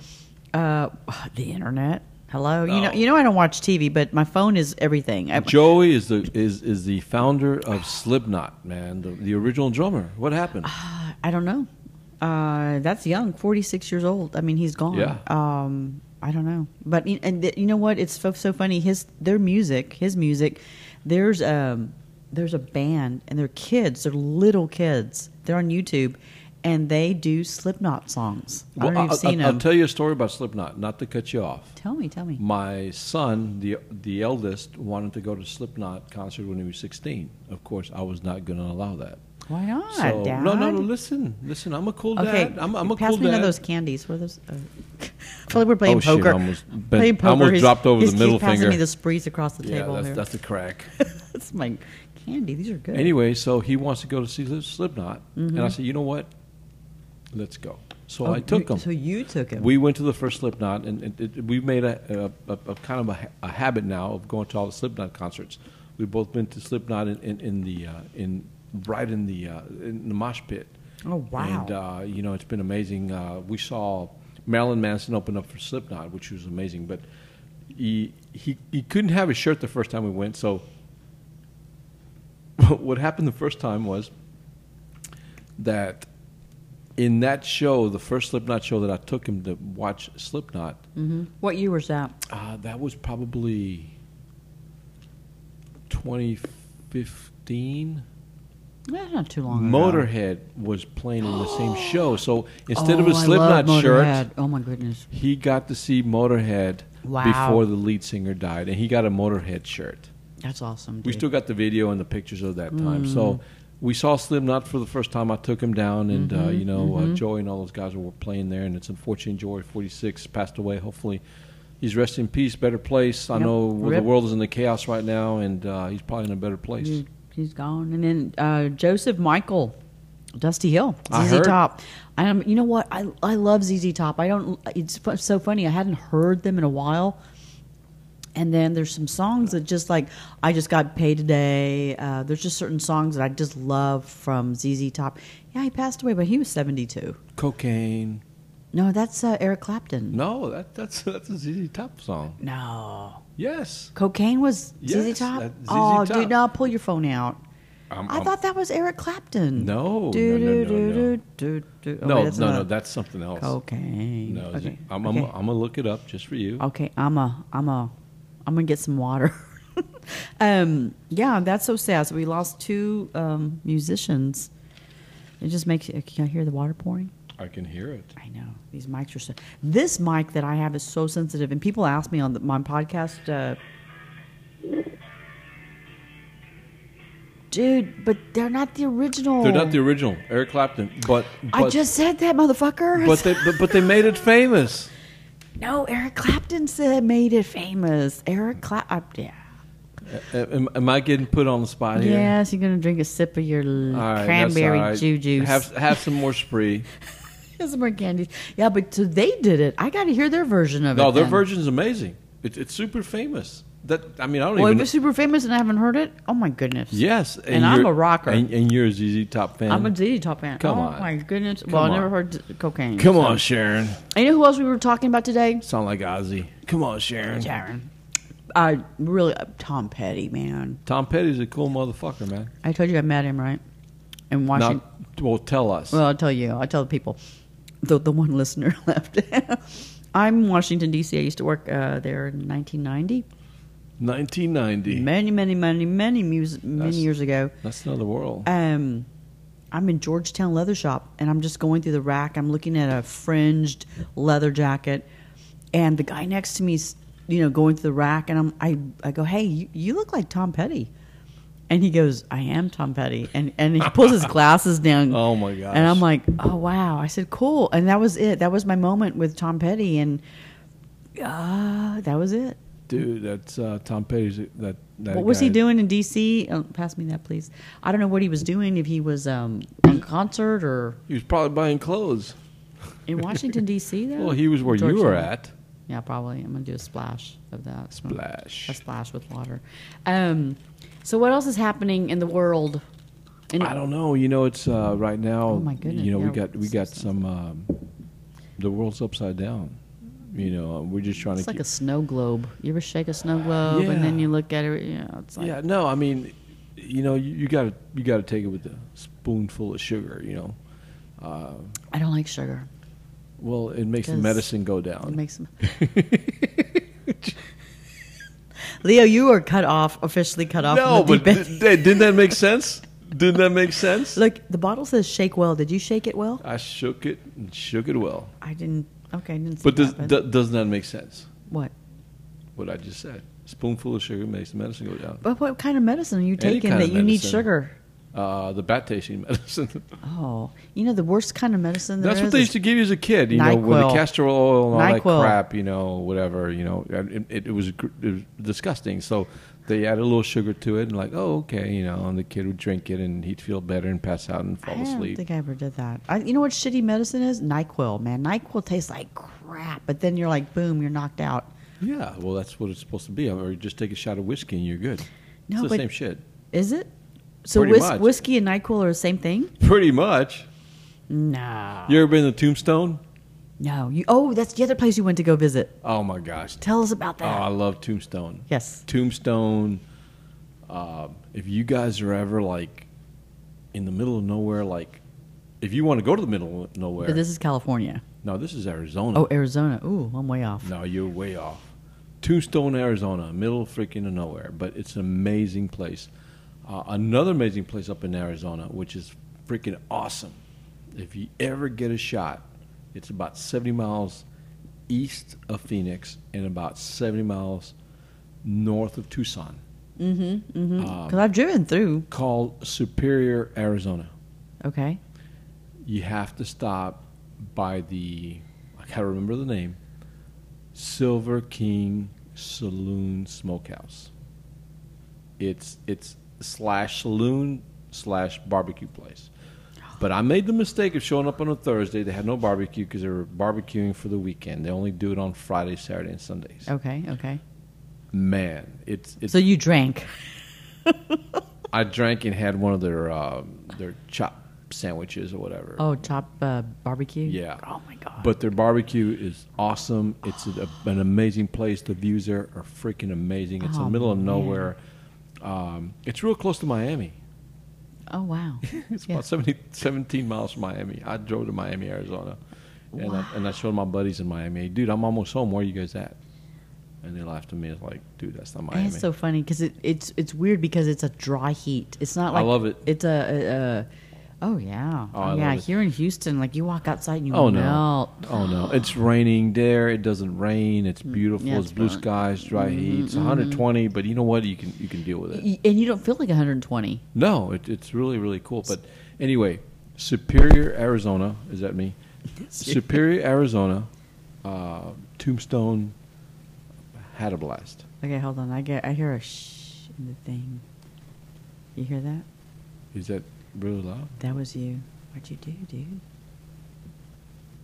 Speaker 3: Uh, the internet. Hello. You
Speaker 2: No.
Speaker 3: know, you know, I don't watch TV, but my phone is everything. I,
Speaker 2: Joey is the is is the founder of Slipknot, man, the, the original drummer. What happened?
Speaker 3: I don't know. Uh, that's young, forty six years old. I mean, he's gone.
Speaker 2: Yeah.
Speaker 3: Um, I don't know, but y- and th- you know what? It's so, so funny. His their music, his music. There's um there's a band, and they're kids. They're little kids. They're on YouTube, and they do Slipknot songs. I don't know if you've seen
Speaker 2: will
Speaker 3: them.
Speaker 2: tell you a story about Slipknot. Not to cut you off.
Speaker 3: tell me, tell me.
Speaker 2: My son, the the eldest, wanted to go to Slipknot concert when he was 16. Of course, I was not going to allow that.
Speaker 3: Why not,
Speaker 2: So,
Speaker 3: Dad?
Speaker 2: No, no, no. Listen, listen. I'm a cool dad.
Speaker 3: Okay,
Speaker 2: I'm, I'm a
Speaker 3: pass
Speaker 2: cool
Speaker 3: me
Speaker 2: dad.
Speaker 3: one of those candies. What are those? Uh, I feel like we're playing
Speaker 2: Oh, shit,
Speaker 3: poker.
Speaker 2: I almost bent-
Speaker 3: playing
Speaker 2: I
Speaker 3: poker.
Speaker 2: almost
Speaker 3: He's-
Speaker 2: dropped over the
Speaker 3: he's- he's
Speaker 2: middle
Speaker 3: passing
Speaker 2: finger.
Speaker 3: me the sprees across the
Speaker 2: yeah,
Speaker 3: table
Speaker 2: that's,
Speaker 3: here.
Speaker 2: that's the crack.
Speaker 3: That's my candy. These are good.
Speaker 2: anyway, so he wants to go to see Slip- Slipknot, and
Speaker 3: Mm-hmm.
Speaker 2: I said, you know what? Let's go. So
Speaker 3: Oh,
Speaker 2: I took
Speaker 3: you-
Speaker 2: him.
Speaker 3: So you took him.
Speaker 2: we went to the first Slipknot, and it, it, we've made a, a, a, a kind of a, ha- a habit now of going to all the Slipknot concerts. We've both been to Slipknot in, in, in the uh, in right in the uh, in the mosh pit.
Speaker 3: Oh, wow.
Speaker 2: And uh, you know it's been amazing. Uh, we saw Marilyn Manson open up for Slipknot, which was amazing. But he he he couldn't have his shirt the first time we went, so what happened the first time was that in that show, the first Slipknot show that I took him to watch Slipknot,
Speaker 3: Mm. Mm-hmm. what year was that?
Speaker 2: uh, that was probably 2015.
Speaker 3: That's Eh, not too long ago.
Speaker 2: Motorhead was playing in the same show, so instead of
Speaker 3: Oh,
Speaker 2: a
Speaker 3: I
Speaker 2: Slipknot
Speaker 3: love
Speaker 2: shirt,
Speaker 3: Motorhead. Oh my goodness.
Speaker 2: he got to see Motorhead
Speaker 3: Wow.
Speaker 2: before the lead singer died, and he got a Motorhead shirt.
Speaker 3: That's awesome.
Speaker 2: We
Speaker 3: dude.
Speaker 2: still got the video and the pictures of that time.
Speaker 3: Mm-hmm.
Speaker 2: So we saw Slim Knot for the first time. I took him down, and uh,
Speaker 3: Mm-hmm.
Speaker 2: you know, uh, Joey and all those guys were playing there. And it's unfortunate Joey, forty six, passed away. Hopefully, he's rest in peace, better place. I
Speaker 3: Yep.
Speaker 2: know the
Speaker 3: Rip.
Speaker 2: world is in the chaos right now, and uh, he's probably in a better place.
Speaker 3: Dude, he's gone. And then uh, Joseph Michael, Dusty Hill,
Speaker 2: I
Speaker 3: ZZ
Speaker 2: heard.
Speaker 3: Top. I am. You know what? I I love ZZ Top. I don't. It's fu- so funny. I hadn't heard them in a while. And then there's some songs that just like I just got paid today. Uh, there's just certain songs that I just love from ZZ Top. Yeah, he passed away, but he was 72.
Speaker 2: Cocaine.
Speaker 3: No, that's uh, Eric Clapton.
Speaker 2: No, that, that's that's a ZZ Top song.
Speaker 3: No,
Speaker 2: Yes,
Speaker 3: cocaine was
Speaker 2: Yes,
Speaker 3: ZZ Top.
Speaker 2: that ZZ
Speaker 3: oh,
Speaker 2: Top.
Speaker 3: dude, no, pull your phone out.
Speaker 2: I'm-
Speaker 3: I
Speaker 2: I'm-
Speaker 3: thought that was Eric Clapton.
Speaker 2: No,
Speaker 3: Do,
Speaker 2: no, no,
Speaker 3: do,
Speaker 2: no,
Speaker 3: do,
Speaker 2: no.
Speaker 3: do, do, do. Oh,
Speaker 2: no,
Speaker 3: wait,
Speaker 2: no,
Speaker 3: that's
Speaker 2: no,
Speaker 3: another-
Speaker 2: that's something else.
Speaker 3: cocaine.
Speaker 2: No,
Speaker 3: okay.
Speaker 2: I'm, I'm,
Speaker 3: okay. Oh.
Speaker 2: I'm gonna look it up just for you.
Speaker 3: okay, I'm a, I'm a, I'm gonna get some water. um, yeah, that's so sad. So we lost two um, musicians. It just makes. you Can I hear the water pouring?
Speaker 2: I can hear it.
Speaker 3: I know these mics are so. This mic that I have is so sensitive, and people ask me on the, my podcast, uh, dude, but they're not the original.
Speaker 2: They're not the original Eric Clapton, but,
Speaker 3: Oh. I
Speaker 2: but-
Speaker 3: just said that, motherfucker.
Speaker 2: but they but, but they made it famous.
Speaker 3: no, Eric Clapton said made it famous. Eric Clapton. Yeah.
Speaker 2: Am, am I getting put on the spot here?
Speaker 3: Yes, you're gonna drink a sip of your l-
Speaker 2: Oh, All right, that's
Speaker 3: cranberry
Speaker 2: all right.
Speaker 3: juju.
Speaker 2: Have have some more spree.
Speaker 3: Some more candies. Yeah, but so they did it. I got to hear their version of it.
Speaker 2: No, their
Speaker 3: then.
Speaker 2: version is amazing. It, it's super famous. That I mean, I don't
Speaker 3: Well, it
Speaker 2: even.
Speaker 3: was super famous, and I haven't heard it. Oh my goodness.
Speaker 2: yes,
Speaker 3: and I'm
Speaker 2: you're-
Speaker 3: a rocker.
Speaker 2: and, and you're a ZZ Top fan.
Speaker 3: I'm a ZZ Top fan.
Speaker 2: Come
Speaker 3: oh
Speaker 2: on.
Speaker 3: my goodness. well,
Speaker 2: Come
Speaker 3: I never
Speaker 2: on.
Speaker 3: heard t- cocaine.
Speaker 2: Come
Speaker 3: so.
Speaker 2: on, Mm-hmm. Sharon.
Speaker 3: And you know who else we were talking about today?
Speaker 2: Sound like Ozzy. Come on, Sharon.
Speaker 3: Sharon. I really uh, Tom Petty, man.
Speaker 2: Tom Petty's a cool motherfucker, man.
Speaker 3: I told you I met him right in Washington.
Speaker 2: Now, well, tell us.
Speaker 3: Well, I'll tell you. I'll tell the people. The, the one listener left. I'm Washington, D.C. I used to work uh, there in 1990.
Speaker 2: 1990.
Speaker 3: Many, many, many, many, mus- many
Speaker 2: That's-
Speaker 3: years ago.
Speaker 2: That's another world.
Speaker 3: Um, I'm in Georgetown Leather Shop, and I'm just going through the rack. I'm looking at a fringed leather jacket, and the guy next to me's, you know, going through the rack, and I'm, I, I go, hey, you, you look like Tom Petty. And he goes, I am Tom Petty, and and he pulls his glasses down.
Speaker 2: Oh, my gosh.
Speaker 3: And I'm like, oh wow. I said, cool, and that was it. That was my moment with Tom Petty, and uh, that was it.
Speaker 2: Dude, that's uh, Tom Petty's. That, that
Speaker 3: What was he
Speaker 2: guy.
Speaker 3: doing in D.C.? Oh, pass me that, please. I don't know what he was doing. If he was um, on concert or
Speaker 2: He was probably buying clothes.
Speaker 3: in Washington D.C. Though.
Speaker 2: Well, he was where you were
Speaker 3: Georgetown.
Speaker 2: at.
Speaker 3: Yeah, probably. I'm gonna do a splash of that.
Speaker 2: Splash.
Speaker 3: A splash with water. Um, so what else is happening in the world? In-
Speaker 2: I don't know. You know, it's uh, right now.
Speaker 3: Oh, my goodness.
Speaker 2: You know, we
Speaker 3: Yeah,
Speaker 2: got we
Speaker 3: it's-
Speaker 2: got
Speaker 3: it's-
Speaker 2: some. Um, the world's upside down. You know, uh, we're just trying
Speaker 3: It's
Speaker 2: to.
Speaker 3: like
Speaker 2: keep,
Speaker 3: a snow globe. You ever shake a snow globe
Speaker 2: Yeah.
Speaker 3: and then you look at it? You know, it's like
Speaker 2: yeah, no, I mean, you know, you, you gotta you gotta take it with a spoonful of sugar. You know,
Speaker 3: I don't like sugar.
Speaker 2: well, it makes the
Speaker 3: Does-
Speaker 2: medicine go
Speaker 3: It
Speaker 2: down.
Speaker 3: makes them. Leo, you are cut off, officially cut off.
Speaker 2: no,
Speaker 3: from the
Speaker 2: but
Speaker 3: deep end.
Speaker 2: did, didn't that make sense? Didn't that make sense?
Speaker 3: Look, the bottle says shake well. Did you shake it well?
Speaker 2: I shook it and shook it well.
Speaker 3: I didn't. Okay, I didn't. See
Speaker 2: But does,
Speaker 3: that, but-
Speaker 2: do, doesn't that make sense?
Speaker 3: what?
Speaker 2: What I just said. Spoonful of sugar makes the medicine go down.
Speaker 3: But what kind of medicine are you
Speaker 2: Any
Speaker 3: taking
Speaker 2: kind
Speaker 3: that
Speaker 2: of
Speaker 3: you need
Speaker 2: medicine.
Speaker 3: sugar?
Speaker 2: Uh, the bat tasting medicine.
Speaker 3: Oh, you know the worst kind of medicine there
Speaker 2: That's what
Speaker 3: is
Speaker 2: they
Speaker 3: is
Speaker 2: used to give you as a kid, you know, with the
Speaker 3: NyQuil.
Speaker 2: castor oil and all that
Speaker 3: NyQuil.
Speaker 2: crap, you know, whatever, you know. and It, it, it, was, gr- it was disgusting. So they added a little sugar to it and, like, oh, okay, you know, and the kid would drink it and he'd feel better and pass out and fall
Speaker 3: I don't
Speaker 2: asleep.
Speaker 3: think I ever did that. I, you know what shitty medicine is? NyQuil, man. NyQuil tastes like crap, but then you're like, boom, you're knocked out.
Speaker 2: yeah, well, that's what it's supposed to be. Or you just take a shot of whiskey and you're good.
Speaker 3: No,
Speaker 2: it's the
Speaker 3: but-
Speaker 2: same shit.
Speaker 3: Is it? So
Speaker 2: Pretty
Speaker 3: whis-
Speaker 2: much.
Speaker 3: whiskey and NyQuil are the same thing?
Speaker 2: Pretty much.
Speaker 3: No.
Speaker 2: You ever been to Tombstone?
Speaker 3: No. You. Oh, that's the other place you went to go visit.
Speaker 2: Oh, my gosh.
Speaker 3: Tell us about
Speaker 2: Oh,
Speaker 3: that.
Speaker 2: I love Tombstone.
Speaker 3: yes.
Speaker 2: Tombstone. Um, if you guys are ever like in the middle of nowhere, like if you want to go to the middle of nowhere,
Speaker 3: But this is California.
Speaker 2: no, this is Arizona.
Speaker 3: Oh, Arizona. Ooh, I'm way off.
Speaker 2: No, you're way off. Tombstone, Arizona, middle freaking of nowhere, but it's an amazing place. Uh, another amazing place up in Arizona, which is freaking awesome. If you ever get a shot, it's about 70 miles east of Phoenix and about 70 miles north of Tucson, Um,
Speaker 3: Because Mm. I've driven through.
Speaker 2: called Superior, Arizona.
Speaker 3: Okay.
Speaker 2: you have to stop by the I can't remember the name Silver King Saloon Smokehouse. It's it's slash saloon slash barbecue place. But I made the mistake of showing up on a Thursday. They had no barbecue because they were barbecuing for the weekend. They only do it on Friday, Saturday, and Sundays.
Speaker 3: Okay. Okay.
Speaker 2: Man, it's it's.
Speaker 3: Oh. So you drank.
Speaker 2: I drank and had one of their um, their chop sandwiches or whatever.
Speaker 3: Oh, chop uh, barbecue.
Speaker 2: Yeah.
Speaker 3: Oh my god.
Speaker 2: But their barbecue is awesome. It's a, an amazing place. The views there are freaking amazing. It's in
Speaker 3: Oh,
Speaker 2: the middle of
Speaker 3: man.
Speaker 2: nowhere. Um, it's real close to Miami.
Speaker 3: oh wow.
Speaker 2: It's
Speaker 3: Yeah.
Speaker 2: about 70, 17 miles from Miami. I drove to Miami, Arizona. And, I, and I showed my buddies in Miami, dude, I'm almost home. Where are you guys at? And they laughed at me. It's like, dude, that's not Miami.
Speaker 3: It's so funny because it, it's it's weird because it's a dry heat. It's not
Speaker 2: I
Speaker 3: like
Speaker 2: love it.
Speaker 3: It's a, a, a oh yeah
Speaker 2: Oh, I
Speaker 3: yeah.
Speaker 2: love it.
Speaker 3: Here in Houston, like you walk outside and you
Speaker 2: Oh no!
Speaker 3: melt.
Speaker 2: Oh no! It's raining there. It doesn't rain. It's beautiful.
Speaker 3: Mm. Yeah,
Speaker 2: it's,
Speaker 3: it's Mm-hmm,
Speaker 2: blue
Speaker 3: fine.
Speaker 2: skies, dry heat. It's 120, but you know what? You can you can deal with it.
Speaker 3: Y- and you don't feel like 120.
Speaker 2: No, it, it's really really cool. But anyway, Superior, Arizona. Is that me? Superior, Arizona. Uh, Tombstone had a blast.
Speaker 3: Okay, hold on. I get I hear a shh in the thing. You hear that?
Speaker 2: Is that really loud?
Speaker 3: That was you. What'd you do, dude?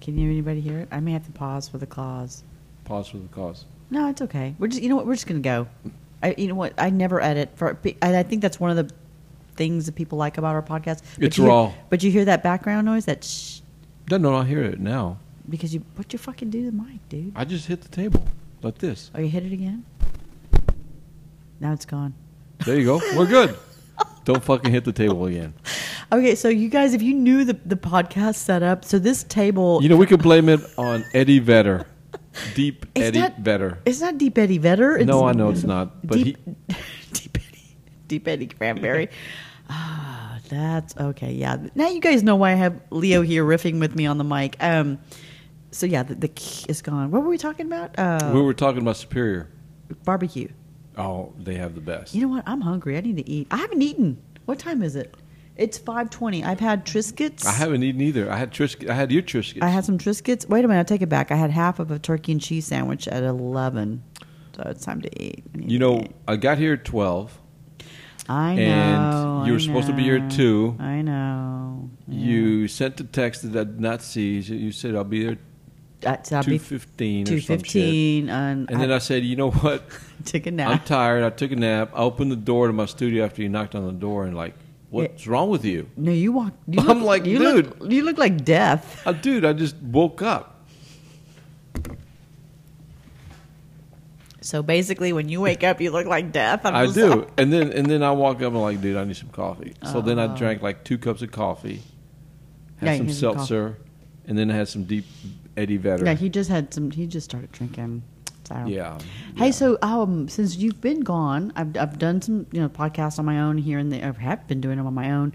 Speaker 3: Can you anybody hear it? I may have to pause for the claws.
Speaker 2: Pause for the cause.
Speaker 3: No, it's okay. We're just you know what we're just gonna go. I you know what I never edit for and I think that's one of the things that people like about our podcast. But
Speaker 2: It's
Speaker 3: you hear-
Speaker 2: raw.
Speaker 3: but you hear that background noise that shh
Speaker 2: No, no, I hear it now.
Speaker 3: because you what you fucking do to the mic, dude.
Speaker 2: I just hit the table like this.
Speaker 3: Oh, you hit it again. Now it's gone.
Speaker 2: There you go. We're good. Don't fucking hit the table again.
Speaker 3: Okay, so you guys, if you knew the the podcast setup, so this table
Speaker 2: You know, we could blame it on Eddie Vedder. Deep
Speaker 3: It's
Speaker 2: Eddie
Speaker 3: not-
Speaker 2: Vedder.
Speaker 3: It's not Deep Eddie Vedder. It's
Speaker 2: No, I know it's not. But
Speaker 3: deep, deep Eddie, Deep Eddie Cranberry. Ah, that's okay. Yeah, now you guys know why I have Leo here riffing with me on the mic. Um, so yeah, the, the key is gone. What were we talking about?
Speaker 2: he,
Speaker 3: Uh,
Speaker 2: we were talking about Superior.
Speaker 3: barbecue.
Speaker 2: Oh, they have the best.
Speaker 3: You know what? I'm hungry. I need to eat. I haven't eaten. What time is it? It's five twenty. I've had Triscuits.
Speaker 2: I haven't eaten either. I had Triscuit. I had your Triscuit.
Speaker 3: I had some Triscuits. Wait a minute, I take it back. I had half of a turkey and cheese sandwich at eleven. So it's time to eat. I need
Speaker 2: you
Speaker 3: to
Speaker 2: know,
Speaker 3: eat.
Speaker 2: I got here at 12.
Speaker 3: I know.
Speaker 2: and you
Speaker 3: I
Speaker 2: were supposed to be here at
Speaker 3: know.
Speaker 2: 2.
Speaker 3: I know.
Speaker 2: You sent a text that I did not see. You said, I'll be there
Speaker 3: At
Speaker 2: two fifteen or
Speaker 3: two
Speaker 2: some shit.
Speaker 3: fifteen, and,
Speaker 2: And then I said, you know what?
Speaker 3: took a
Speaker 2: I'm
Speaker 3: nap.
Speaker 2: tired. I took a nap. I opened the door to my studio after you knocked on the door and like, what's wrong with you?
Speaker 3: no, you walked. You
Speaker 2: I'm
Speaker 3: look-
Speaker 2: like,
Speaker 3: you Look, you look like death.
Speaker 2: Uh, dude, I just woke up.
Speaker 3: So basically, when you wake up, you look like death. I'm
Speaker 2: I
Speaker 3: just
Speaker 2: do.
Speaker 3: like-
Speaker 2: And then and then I walk up and I'm like, dude, I need some coffee. So then I drank like two cups of coffee, had
Speaker 3: Oh. Yeah, you
Speaker 2: some
Speaker 3: need some coffee.
Speaker 2: seltzer, and then I had some deep Eddie Vedder.
Speaker 3: yeah, he just had some. He just started drinking. So.
Speaker 2: Yeah.
Speaker 3: Hey, so um, since you've been gone, I've I've done some you know podcasts on my own here and there. I have been doing them on my own.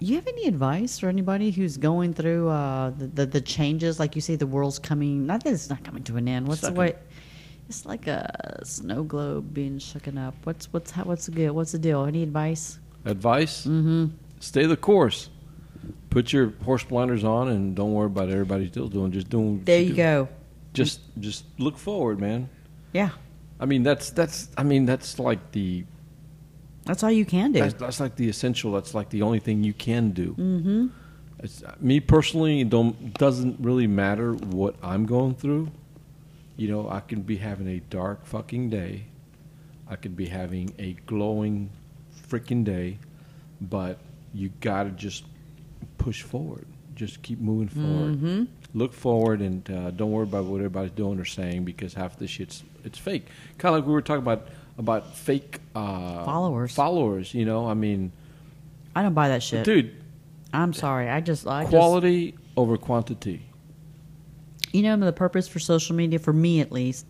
Speaker 3: You have any advice for anybody who's going through uh, the, the the changes? Like you say, the world's coming. Not that it's not coming to an end. What's the
Speaker 2: Sucking.
Speaker 3: way? It's like a snow globe being shooken up. What's what's how, what's the deal? What's the deal? Any advice?
Speaker 2: Advice? Mm-hmm. Stay the course. Put your horse blinders on and don't worry about everybody still doing. Just doing. what do.
Speaker 3: go.
Speaker 2: Just just look forward, man.
Speaker 3: Yeah,
Speaker 2: I mean that's that's I mean that's like the
Speaker 3: that's all you can do.
Speaker 2: That's, that's like the essential. That's like the only thing you can do. Mm-hmm. It's, uh, me personally, it don't doesn't really matter what I'm going through. You know, I can be having a dark fucking day. I could be having a glowing freaking day, but you gotta just push forward. Just keep moving forward.
Speaker 3: Mm-hmm.
Speaker 2: Look forward and uh, don't worry about what everybody's doing or saying because half the shit's it's fake. Kind of like we were talking about about fake uh,
Speaker 3: Followers.
Speaker 2: Followers, you know. I mean,
Speaker 3: I don't buy that shit,
Speaker 2: dude,
Speaker 3: I'm sorry. I just I just,
Speaker 2: quality over quantity.
Speaker 3: You know, the purpose for social media, for me at least,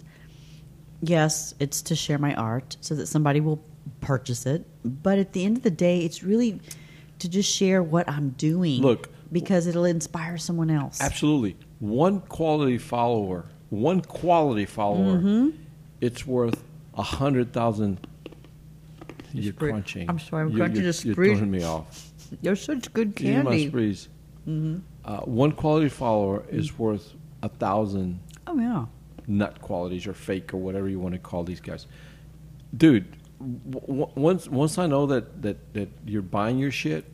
Speaker 3: yes, it's to share my art so that somebody will purchase it. But at the end of the day, it's really to just share what I'm doing.
Speaker 2: Look.
Speaker 3: because it'll inspire someone else.
Speaker 2: Absolutely. One quality follower, one quality follower,
Speaker 3: Mm-hmm.
Speaker 2: it's worth a hundred thousand. You're
Speaker 3: Screw-
Speaker 2: crunching.
Speaker 3: I'm sorry, I'm
Speaker 2: You're-
Speaker 3: crunching
Speaker 2: You're,
Speaker 3: the
Speaker 2: you're
Speaker 3: screw.
Speaker 2: throwing me off.
Speaker 3: You're such good
Speaker 2: You my
Speaker 3: candy. Mm-hmm.
Speaker 2: sprees. Uh, one quality follower is worth a thousand
Speaker 3: Oh yeah,
Speaker 2: nut qualities or fake or whatever you want to call these guys. Dude, w- w- once once I know that that that you're buying your shit,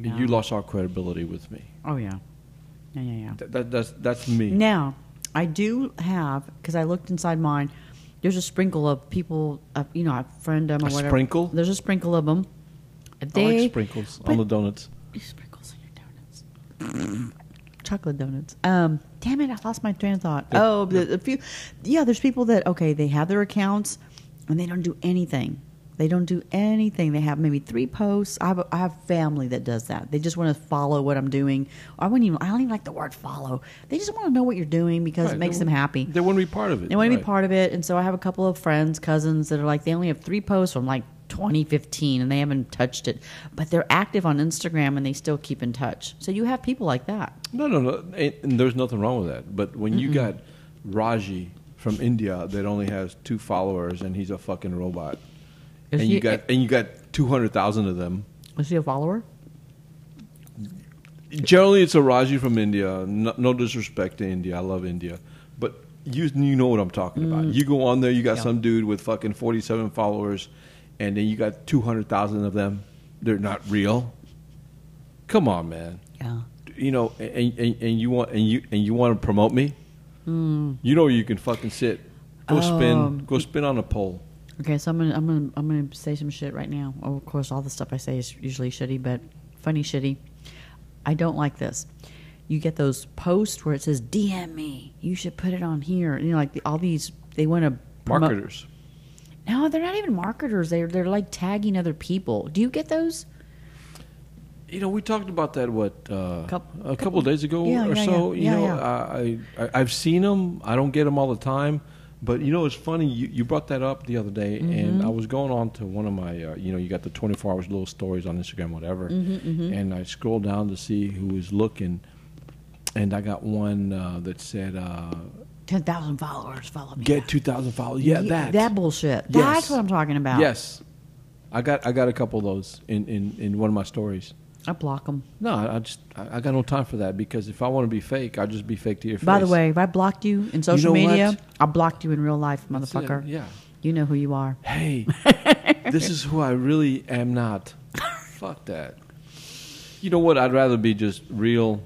Speaker 2: you lost all credibility with me.
Speaker 3: oh yeah, yeah, yeah, yeah.
Speaker 2: That, that that's that's me.
Speaker 3: Now, I do have because I looked inside mine. There's a sprinkle of people, uh, you know, I friend them or
Speaker 2: A
Speaker 3: whatever.
Speaker 2: sprinkle?
Speaker 3: There's a sprinkle of them.
Speaker 2: I
Speaker 3: They,
Speaker 2: like sprinkles on the donuts.
Speaker 3: You sprinkles on your donuts. Chocolate donuts. Um, damn it, I lost my train of thought. oh, the, a few. Yeah, there's people that okay, they have their accounts and they don't do anything. They don't do anything. They have maybe three posts. I have, I have family that does that. They just want to follow what I'm doing. I wouldn't even. I don't even like the word follow. They just want to know what you're doing because
Speaker 2: Right,
Speaker 3: it makes
Speaker 2: they-
Speaker 3: them happy.
Speaker 2: They want to be part of it.
Speaker 3: They want to
Speaker 2: right.
Speaker 3: be part of it. And so I have a couple of friends, cousins that are like, they only have three posts from like 2015 and they haven't touched it. But they're active on Instagram and they still keep in touch. So you have people like that.
Speaker 2: No, no, no. And, and there's nothing wrong with that. But when you got Raji from India that only has two followers and he's a fucking robot,
Speaker 3: Is
Speaker 2: and you
Speaker 3: he-
Speaker 2: got and you got two hundred thousand of them.
Speaker 3: Is he a follower?
Speaker 2: Generally, it's a Raji from India. No, no disrespect to India. I love India, but you you know what I'm talking about. You go on there, you got
Speaker 3: Mm. Yeah.
Speaker 2: some dude with fucking 47 followers, and then you got 200,000 of them. They're not real. Come on, man.
Speaker 3: Yeah.
Speaker 2: D- you know, and, and, and you want and you and you want to promote me, you know you can fucking sit, go
Speaker 3: Hmm. Um,
Speaker 2: spin, go spin on a pole.
Speaker 3: Okay, so I'm gonna I'm gonna I'm gonna say some shit right now. Oh, of course, all the stuff I say is usually shitty, but funny shitty. I don't like this. You get those posts where it says DM me. You should put it on here. And you know, like the, all these they want to
Speaker 2: Marketers,
Speaker 3: No, they're not even marketers. They're they're like tagging other people. Do you get those?
Speaker 2: you know, we talked about that what uh,
Speaker 3: Coup-
Speaker 2: a couple of days ago
Speaker 3: Yeah,
Speaker 2: or
Speaker 3: yeah,
Speaker 2: so.
Speaker 3: yeah.
Speaker 2: You
Speaker 3: Yeah,
Speaker 2: know,
Speaker 3: yeah.
Speaker 2: I, I I- I've seen them. I don't get them all the time, but you know, it's funny. You, you brought that up the other day,
Speaker 3: Mm-hmm.
Speaker 2: and I was going on to one of my, uh, you know, you got the twenty four hours little stories on Instagram, whatever,
Speaker 3: Mm-hmm,
Speaker 2: and I scrolled down to see who was looking, and I got one uh, that said. Uh,
Speaker 3: Ten thousand followers. Follow me.
Speaker 2: get 2,000 followers. Yeah,
Speaker 3: Ye-
Speaker 2: that.
Speaker 3: bullshit.
Speaker 2: Yes.
Speaker 3: That's what I'm talking about.
Speaker 2: Yes. I got I got a couple of those in, in, in one of my stories.
Speaker 3: I block them.
Speaker 2: No, I I just I I got no time for that because if I want to be fake, I'll just be fake to your face.
Speaker 3: By the way, if I blocked you in social
Speaker 2: know
Speaker 3: media,
Speaker 2: what?
Speaker 3: I blocked you in real life,
Speaker 2: That's it,
Speaker 3: motherfucker.
Speaker 2: Yeah.
Speaker 3: You know who you are.
Speaker 2: Hey, this is who I really am not. Fuck that. You know what? I'd rather be just real.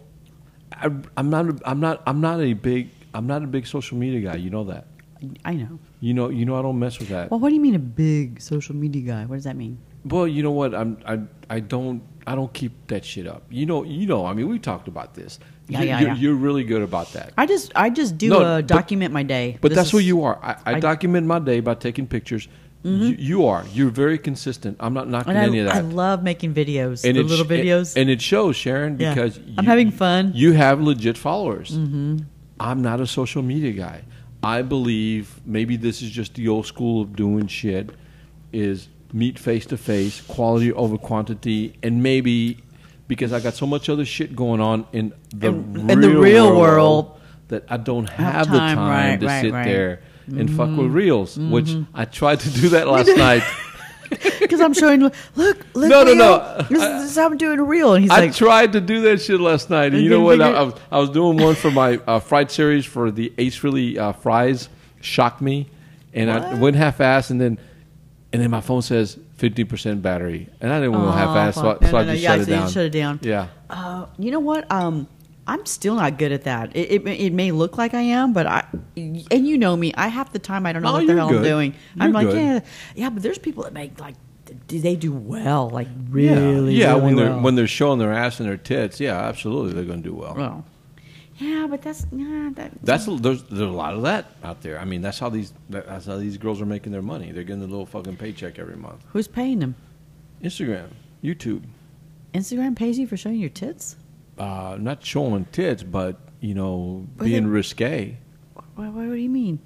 Speaker 2: I, I'm not. a- I'm not. I'm not a big. I'm not a big social media guy. You know that.
Speaker 3: I know.
Speaker 2: You know. You know. I don't mess with that.
Speaker 3: Well, what do you mean a big social media guy? What does that mean?
Speaker 2: Well, you know what? I'm I I don't I don't keep that shit up. You know, you know. I mean, we talked about this.
Speaker 3: Yeah,
Speaker 2: you're,
Speaker 3: yeah,
Speaker 2: you're,
Speaker 3: yeah.
Speaker 2: you're really good about that.
Speaker 3: I just I just do
Speaker 2: No,
Speaker 3: a
Speaker 2: but-
Speaker 3: document my day.
Speaker 2: But
Speaker 3: This
Speaker 2: that's
Speaker 3: is-
Speaker 2: who you are. I, I,
Speaker 3: I- Mm-hmm.
Speaker 2: document my day by taking pictures. You, you are. You're very consistent. I'm not knocking
Speaker 3: And I,
Speaker 2: any of that.
Speaker 3: I love making videos, the
Speaker 2: it
Speaker 3: little
Speaker 2: sh-
Speaker 3: videos.
Speaker 2: and, and it shows, Sharon,
Speaker 3: Yeah.
Speaker 2: because
Speaker 3: I'm having fun. Mm-hmm.
Speaker 2: You have legit followers. I'm not a social media guy. I believe maybe this is just the old school of doing shit. Is meet face to face, quality over quantity, and maybe because I got so much other shit going on in the
Speaker 3: And-
Speaker 2: real,
Speaker 3: and the real
Speaker 2: world,
Speaker 3: world.
Speaker 2: that I don't
Speaker 3: Have
Speaker 2: have the
Speaker 3: time,
Speaker 2: time
Speaker 3: right,
Speaker 2: to
Speaker 3: right,
Speaker 2: sit
Speaker 3: right. Mm-hmm.
Speaker 2: there and fuck with reels, which I tried to do that last night.
Speaker 3: Because I'm showing, look, look,
Speaker 2: No, no,
Speaker 3: Leo,
Speaker 2: no.
Speaker 3: This, is- this is how I'm doing a reel, and he's
Speaker 2: I
Speaker 3: like,
Speaker 2: tried to do that shit last night, and
Speaker 3: You
Speaker 2: you know what?
Speaker 3: didn't
Speaker 2: I,
Speaker 3: figure-
Speaker 2: I, was, I was doing one for my uh, fried series for the Ace Really uh, fries. Shocked me, and I
Speaker 3: What?
Speaker 2: went half ass, and then and then my phone sass fifteen percent battery, and I didn't want to
Speaker 3: Aw,
Speaker 2: go half ass, so, I-
Speaker 3: fuck. No,
Speaker 2: so I
Speaker 3: no, no.
Speaker 2: just
Speaker 3: Yeah,
Speaker 2: shut it
Speaker 3: so you
Speaker 2: down.
Speaker 3: shut it down.
Speaker 2: Yeah,
Speaker 3: Uh, you know what? Um, I'm still not good at that. It, it, it may look like I am, but I and you know me. I half the time I don't know
Speaker 2: Oh,
Speaker 3: what the
Speaker 2: you're
Speaker 3: hell I'm
Speaker 2: good.
Speaker 3: doing. I'm
Speaker 2: You're
Speaker 3: like,
Speaker 2: good.
Speaker 3: yeah, yeah. But there's people that make like, do they do well? Like really,
Speaker 2: yeah.
Speaker 3: really
Speaker 2: when they're
Speaker 3: well.
Speaker 2: when they're showing their ass and their tits, yeah, absolutely, they're going to do well.
Speaker 3: well. Yeah, but that's nah, that.
Speaker 2: That's there's there's a lot of that out there. I mean, that's how these that's how these girls are making their money. They're getting a little fucking paycheck every month.
Speaker 3: who's paying them.
Speaker 2: Instagram, YouTube.
Speaker 3: Instagram pays you for showing your tits.
Speaker 2: uh, not showing tits, but you know,
Speaker 3: But
Speaker 2: being
Speaker 3: then-
Speaker 2: risque.
Speaker 3: What, what, do you mean?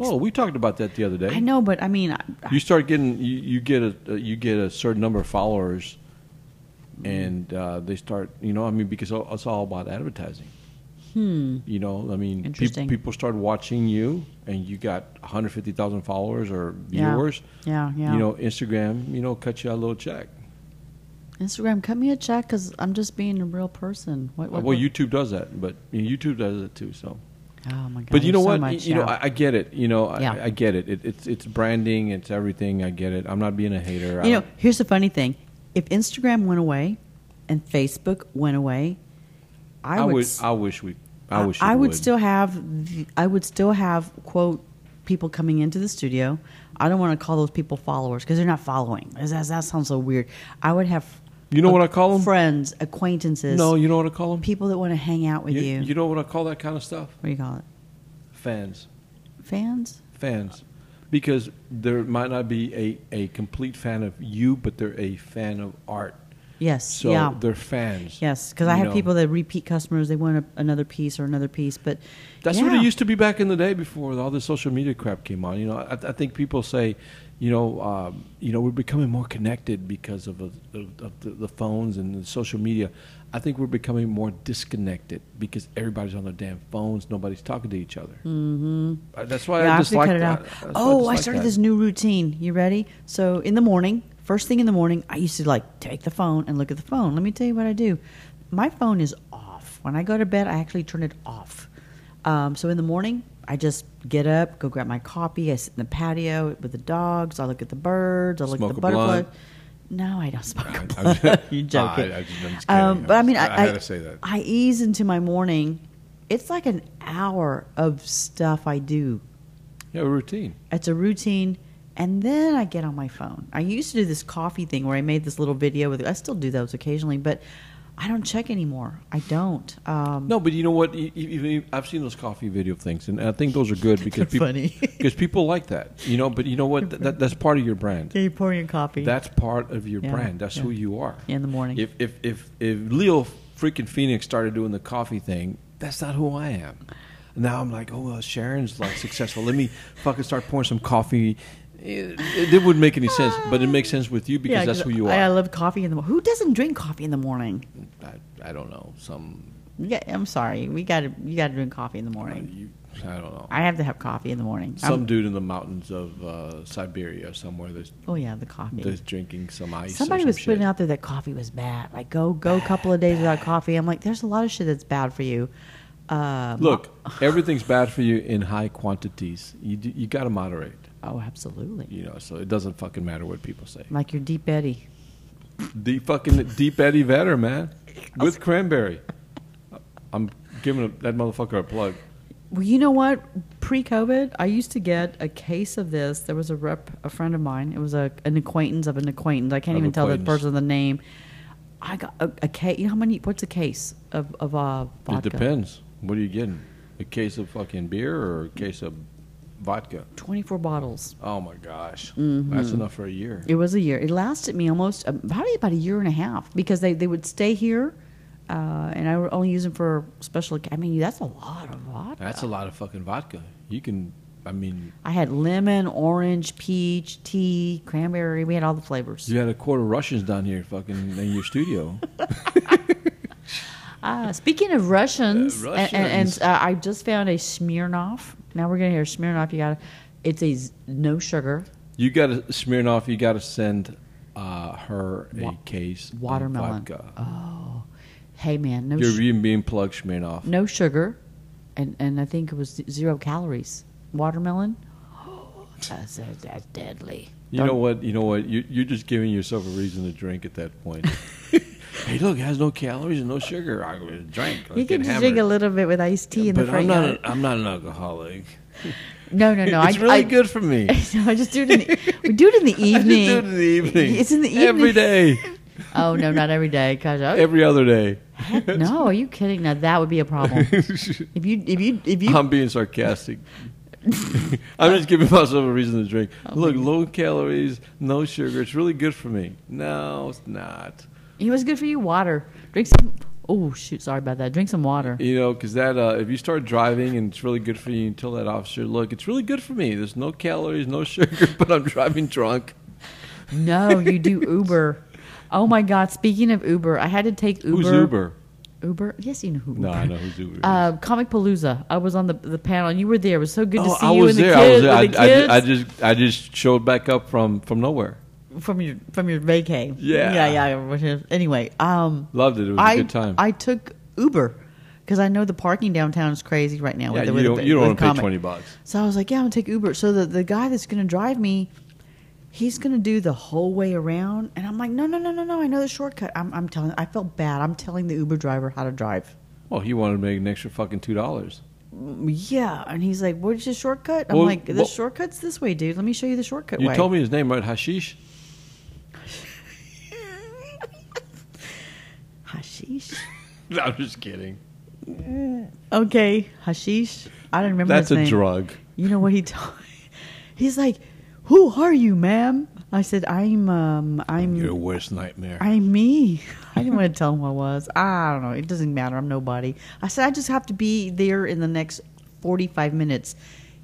Speaker 2: Oh, we talked about that the other day.
Speaker 3: I know, but I mean, I,
Speaker 2: You start getting you, you get a uh, you get a certain number of followers, and uh, they start you know I mean because all- it's all about advertising. Hmm. You know I mean peop-
Speaker 3: Interesting.
Speaker 2: people start watching you, and you got 150,000 followers or
Speaker 3: Yeah.
Speaker 2: viewers.
Speaker 3: Yeah, yeah.
Speaker 2: You know Instagram, you know, cut you a little check.
Speaker 3: Instagram cut me a check because I'm just being a real person. What, what,
Speaker 2: well,
Speaker 3: what-
Speaker 2: YouTube does that, but YouTube does it too. So.
Speaker 3: Oh my god!
Speaker 2: But you know
Speaker 3: there's
Speaker 2: what?
Speaker 3: so much,
Speaker 2: you know,
Speaker 3: yeah.
Speaker 2: I, I get it. You know,
Speaker 3: Yeah.
Speaker 2: I, I get it. it. It's it's branding. It's everything. I get it. I'm not being a hater. I
Speaker 3: You know,
Speaker 2: don't-
Speaker 3: here's the funny thing: if Instagram went away and Facebook went away, I,
Speaker 2: I
Speaker 3: would.
Speaker 2: would.
Speaker 3: s-
Speaker 2: I wish we. I wish.
Speaker 3: I
Speaker 2: it
Speaker 3: would,
Speaker 2: would
Speaker 3: still have. The, I would still have quote people coming into the studio. I don't want to call those people followers because they're not following. That, that- that sounds so weird. I would have.
Speaker 2: You know what I call 'em?
Speaker 3: Friends, acquaintances.
Speaker 2: No, you know what I call them?
Speaker 3: people that want to hang out with you.
Speaker 2: you, know what I call that kind of stuff?
Speaker 3: what do you call it?
Speaker 2: Fans.
Speaker 3: Fans.
Speaker 2: Fans. Because there might not be a, a complete fan of you, but they're a fan of art.
Speaker 3: Yes.
Speaker 2: So
Speaker 3: yeah.
Speaker 2: they're fans.
Speaker 3: Yes, because I
Speaker 2: you
Speaker 3: have
Speaker 2: know.
Speaker 3: people that repeat customers. They want a, another piece or another piece, but
Speaker 2: That's
Speaker 3: yeah.
Speaker 2: what it used to be back in the day before all this social media crap came on. You know, I, I think people say, you know, um, you know, we're becoming more connected because of, of, of the, the phones and the social media. I think we're becoming more disconnected because everybody's on their damn phones. Nobody's talking to each other. Mm-hmm. that's why
Speaker 3: Yeah,
Speaker 2: I
Speaker 3: I have to
Speaker 2: dislike
Speaker 3: cut it
Speaker 2: that.
Speaker 3: out.
Speaker 2: That's why
Speaker 3: Oh, I
Speaker 2: dislike
Speaker 3: started
Speaker 2: that.
Speaker 3: this new routine. You ready? So in the morning, first thing in the morning, I used to like take the phone and look at the phone. Let me tell you what I do. My phone is off. When I go to bed, I actually turn it off. Um, so in the morning, I just get up, go grab my coffee. I sit in the patio with the dogs. I look at the birds. I look
Speaker 2: Smoke
Speaker 3: at the
Speaker 2: a
Speaker 3: butterflies.
Speaker 2: blunt.
Speaker 3: No, I don't smoke
Speaker 4: I-
Speaker 3: a
Speaker 4: I'm
Speaker 3: blunt.
Speaker 4: just-
Speaker 3: You're joking.
Speaker 4: I- I just- I'm just
Speaker 3: um,
Speaker 4: kidding.
Speaker 3: but I mean, I,
Speaker 4: I had to say that.
Speaker 3: I ease into my morning. It's like an hour of stuff I do.
Speaker 2: Yeah, routine.
Speaker 3: It's a routine, and then I get on my phone. I used to do this coffee thing where I made this little video with. I still do those occasionally, but I don't check anymore. I don't. Um,
Speaker 2: No, but you know what? E- e- even- I've seen those coffee video things, and I think those are good because
Speaker 3: They're
Speaker 2: people,
Speaker 3: funny.
Speaker 2: because people like that. You know, but you know what? Th- That, that's part of your brand.
Speaker 3: yeah, you pour your coffee.
Speaker 2: That's part of your
Speaker 3: Yeah,
Speaker 2: brand. That's
Speaker 3: yeah.
Speaker 2: who you are.
Speaker 3: In the morning.
Speaker 2: If if if if Leo freaking Phoenix started doing the coffee thing, that's not who I am. Now I'm like, oh well, Sharon's like successful. Let me fucking start pouring some coffee. It, it, it wouldn't make any sense, but it makes sense with you because
Speaker 3: Yeah,
Speaker 2: that's who you
Speaker 3: I, I
Speaker 2: are.
Speaker 3: love coffee in the morning. Who doesn't drink coffee in the morning?
Speaker 2: I, I don't know. Some
Speaker 3: Yeah, I'm sorry. We got to you got to drink coffee in the morning.
Speaker 2: you, I don't know.
Speaker 3: I have to have coffee in the morning.
Speaker 2: Some
Speaker 3: I'm-
Speaker 2: dude in the mountains of uh, Siberia somewhere that's,
Speaker 3: oh yeah, the coffee.
Speaker 2: that's drinking some ice. or
Speaker 3: Somebody
Speaker 2: some
Speaker 3: was putting
Speaker 2: shit.
Speaker 3: out there that coffee was bad. Like go go a couple of days without coffee. I'm like, there's a lot of shit that's bad for you. Um,
Speaker 2: Look, everything's bad for you in high quantities. You d- you got to moderate.
Speaker 3: oh, absolutely.
Speaker 2: You know, so it doesn't fucking matter what people say.
Speaker 3: Like your deep Eddie.
Speaker 2: The fucking deep Eddie Vedder, man, with cranberry. I'm giving that motherfucker a plug.
Speaker 3: Well, you know what? Pre-COVID, I used to get a case of this. There was a rep, a friend of mine. It was a an acquaintance of an acquaintance. I can't
Speaker 2: Of
Speaker 3: even tell this
Speaker 2: acquaintance.
Speaker 3: person the name. I got a, a case. You know how many? What's a case of of uh, vodka?
Speaker 2: It depends. What are you getting? A case of fucking beer or a case of vodka?
Speaker 3: Twenty-four bottles.
Speaker 2: Oh my gosh, that's enough for a year.
Speaker 3: It was a year. It lasted me almost um, probably about a year and a half because they, they would stay here, uh, and I would only use them for special. oc- I mean, that's a lot of vodka.
Speaker 2: That's a lot of fucking vodka. You can, I mean,
Speaker 3: I had lemon, orange, peach, tea, cranberry. We had all the flavors.
Speaker 2: you had a quarter Russians down here, fucking in your studio.
Speaker 3: Uh, speaking of Russians,
Speaker 2: Uh,
Speaker 3: and, and,
Speaker 2: Russians.
Speaker 3: and uh, I just found a Smirnoff. Now we're gonna hear Smirnoff. You got to It's a z- no sugar.
Speaker 2: You got to Smirnoff. You got to send uh, her a
Speaker 3: Wa-
Speaker 2: case of
Speaker 3: watermelon.
Speaker 2: vodka.
Speaker 3: Oh, hey man, no
Speaker 2: You're
Speaker 3: su-
Speaker 2: being, being plugged Smirnoff.
Speaker 3: no sugar, and and I think it was zero calories. Watermelon. that's, that's deadly.
Speaker 2: You know what? You know what? You, you're just giving yourself a reason to drink at that point. hey, look, it has no calories and no sugar. I will drink. Let's
Speaker 3: You can
Speaker 2: get
Speaker 3: just
Speaker 2: hammered.
Speaker 3: drink a little bit with iced tea in the
Speaker 2: but I'm
Speaker 3: front
Speaker 2: not.
Speaker 3: yard.
Speaker 2: A, I'm not an alcoholic.
Speaker 3: No, no, no.
Speaker 2: it's
Speaker 3: I,
Speaker 2: really
Speaker 3: I,
Speaker 2: good for me. I
Speaker 3: No, I just do it. In the, we do it in the
Speaker 2: just
Speaker 3: evening.
Speaker 2: do it in the evening.
Speaker 3: It's in the evening.
Speaker 2: Every day.
Speaker 3: Oh no, not every day. oh, Gosh, I-
Speaker 2: Every other day.
Speaker 3: no, are you kidding? Now that would be a problem. if you, if you, if you,
Speaker 2: I'm being sarcastic. I'm just giving myself a reason to drink.
Speaker 3: Oh,
Speaker 2: Look, low calories, no sugar. It's really good for me. No, it's not.
Speaker 3: it was good for you. Water. Drink some. Oh shoot, sorry about that. Drink some water.
Speaker 2: You know, because that uh, if you start driving and it's really good for you, you tell that officer, look, it's really good for me. There's no calories, no sugar, but I'm driving drunk.
Speaker 3: No, you do Uber. Oh my God! Speaking of Uber, I had to take Uber.
Speaker 2: Who's Uber?
Speaker 3: Uber. Yes, you know who.
Speaker 2: No,
Speaker 3: Uber.
Speaker 2: I know who's Uber. is.
Speaker 3: Uh, Comic Palooza. I was on the the panel. and You were there. It was so good to
Speaker 2: oh,
Speaker 3: see
Speaker 2: I
Speaker 3: you
Speaker 2: was
Speaker 3: and the
Speaker 2: there.
Speaker 3: kids.
Speaker 2: I was
Speaker 3: with
Speaker 2: there. I,
Speaker 3: the
Speaker 2: I, I
Speaker 3: kids
Speaker 2: just I just showed back up from from nowhere.
Speaker 3: from your from your vacay.
Speaker 2: Yeah.
Speaker 3: yeah, yeah. with him. Anyway, um,
Speaker 2: Loved it. It was a
Speaker 3: I
Speaker 2: good time.
Speaker 3: I took Uber because I know the parking downtown is crazy right now.
Speaker 2: yeah,
Speaker 3: with the-
Speaker 2: you
Speaker 3: with
Speaker 2: don't
Speaker 3: the-
Speaker 2: you don't
Speaker 3: with
Speaker 2: want to pay
Speaker 3: Comic.
Speaker 2: twenty bucks.
Speaker 3: So I was like, yeah, I'm gonna take Uber. So the, the guy that's gonna drive me, he's gonna do the whole way around, and I'm like, no, no, no, no, no. I know the shortcut. I'm, I'm telling. I felt bad. I'm telling the Uber driver how to drive.
Speaker 2: Well, he wanted to make an extra fucking two dollars.
Speaker 3: Yeah, and he's like, what's the shortcut? I'm
Speaker 2: Well,
Speaker 3: like, the
Speaker 2: well-
Speaker 3: shortcut's this way, dude. Let me show you the shortcut
Speaker 2: You
Speaker 3: way.
Speaker 2: told me his name, right? Hashish.
Speaker 3: Hashish.
Speaker 2: No, I'm just kidding.
Speaker 3: Okay, hashish. I don't remember.
Speaker 2: That's
Speaker 3: his
Speaker 2: a
Speaker 3: name.
Speaker 2: drug.
Speaker 3: You know what he told? He's like, who are you, ma'am? I said, I'm, um, I'm.
Speaker 2: Your worst nightmare.
Speaker 3: I'm me. I didn't want to tell him who I was. I don't know. It doesn't matter. I'm nobody. I said I just have to be there in the next 45 minutes.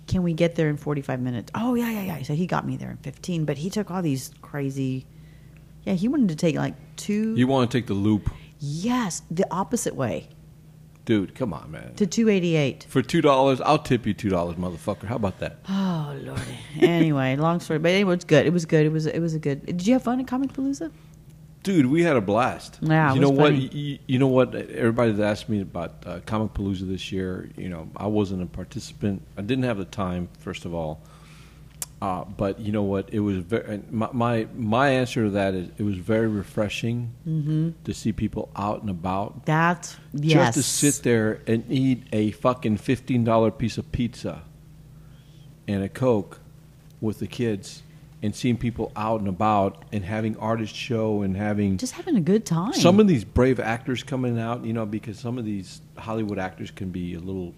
Speaker 3: Can we get there in 45 minutes? Oh yeah, yeah, yeah. He said he got me there in 15, but he took all these crazy. Yeah, he wanted to take like two.
Speaker 2: you want to take the loop,
Speaker 3: yes, the opposite way
Speaker 2: dude? Come on, man.
Speaker 3: to 288.
Speaker 2: For two dollars, I'll tip you two dollars, motherfucker. How about that?
Speaker 3: Oh lordy. anyway, long story, but anyway, it's good. It was good. It was it was a good. Did you have fun at Comic Palooza?
Speaker 2: Dude, we had a blast.
Speaker 3: Yeah, it
Speaker 2: you
Speaker 3: was
Speaker 2: know what?
Speaker 3: funny.
Speaker 2: You, you know what? Everybody's asked me about uh, Comic Palooza this year. You know, I wasn't a participant. I didn't have the time, first of all. Uh, but you know what? It was very my, my my answer to that is it was very refreshing
Speaker 3: Mm-hmm.
Speaker 2: to see people out and about.
Speaker 3: That yes.
Speaker 2: Just to sit there and eat a fucking fifteen dollar piece of pizza and a coke with the kids, and seeing people out and about and having artist show and having
Speaker 3: Just having a good time.
Speaker 2: some of these brave actors coming out, you know, because some of these Hollywood actors can be a little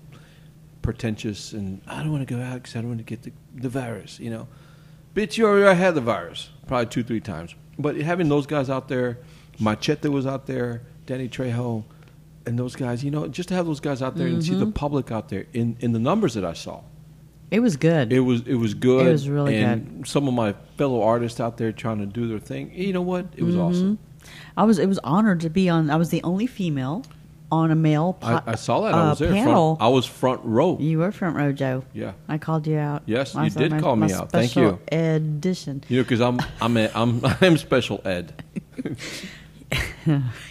Speaker 2: pretentious and I don't want to go out because I don't want to get the, the virus, you know. Bitch, you already had the virus probably two, three times. But having those guys out there, Machete was out there, Danny Trejo, and those guys, you know, just to have those guys out there and see the
Speaker 3: Mm-hmm.
Speaker 2: public out there in, in the numbers that I saw.
Speaker 3: it was good.
Speaker 2: It was it was good.
Speaker 3: It was really
Speaker 2: and good. Some of my fellow artists out there trying to do their thing. You know what? It was
Speaker 3: Mm-hmm.
Speaker 2: awesome.
Speaker 3: I was it was honored to be on. I was the only female on a male.
Speaker 2: I,
Speaker 3: po-
Speaker 2: I saw that.
Speaker 3: uh,
Speaker 2: I was there.
Speaker 3: Panel.
Speaker 2: Front, I was front row.
Speaker 3: you were front row, Joe.
Speaker 2: Yeah.
Speaker 3: I called you out.
Speaker 2: Yes, you
Speaker 3: Last
Speaker 2: did
Speaker 3: time,
Speaker 2: call
Speaker 3: my
Speaker 2: me out. Thank
Speaker 3: special
Speaker 2: you.
Speaker 3: Edition.
Speaker 2: You know, because I'm I'm a, I'm I'm special ed.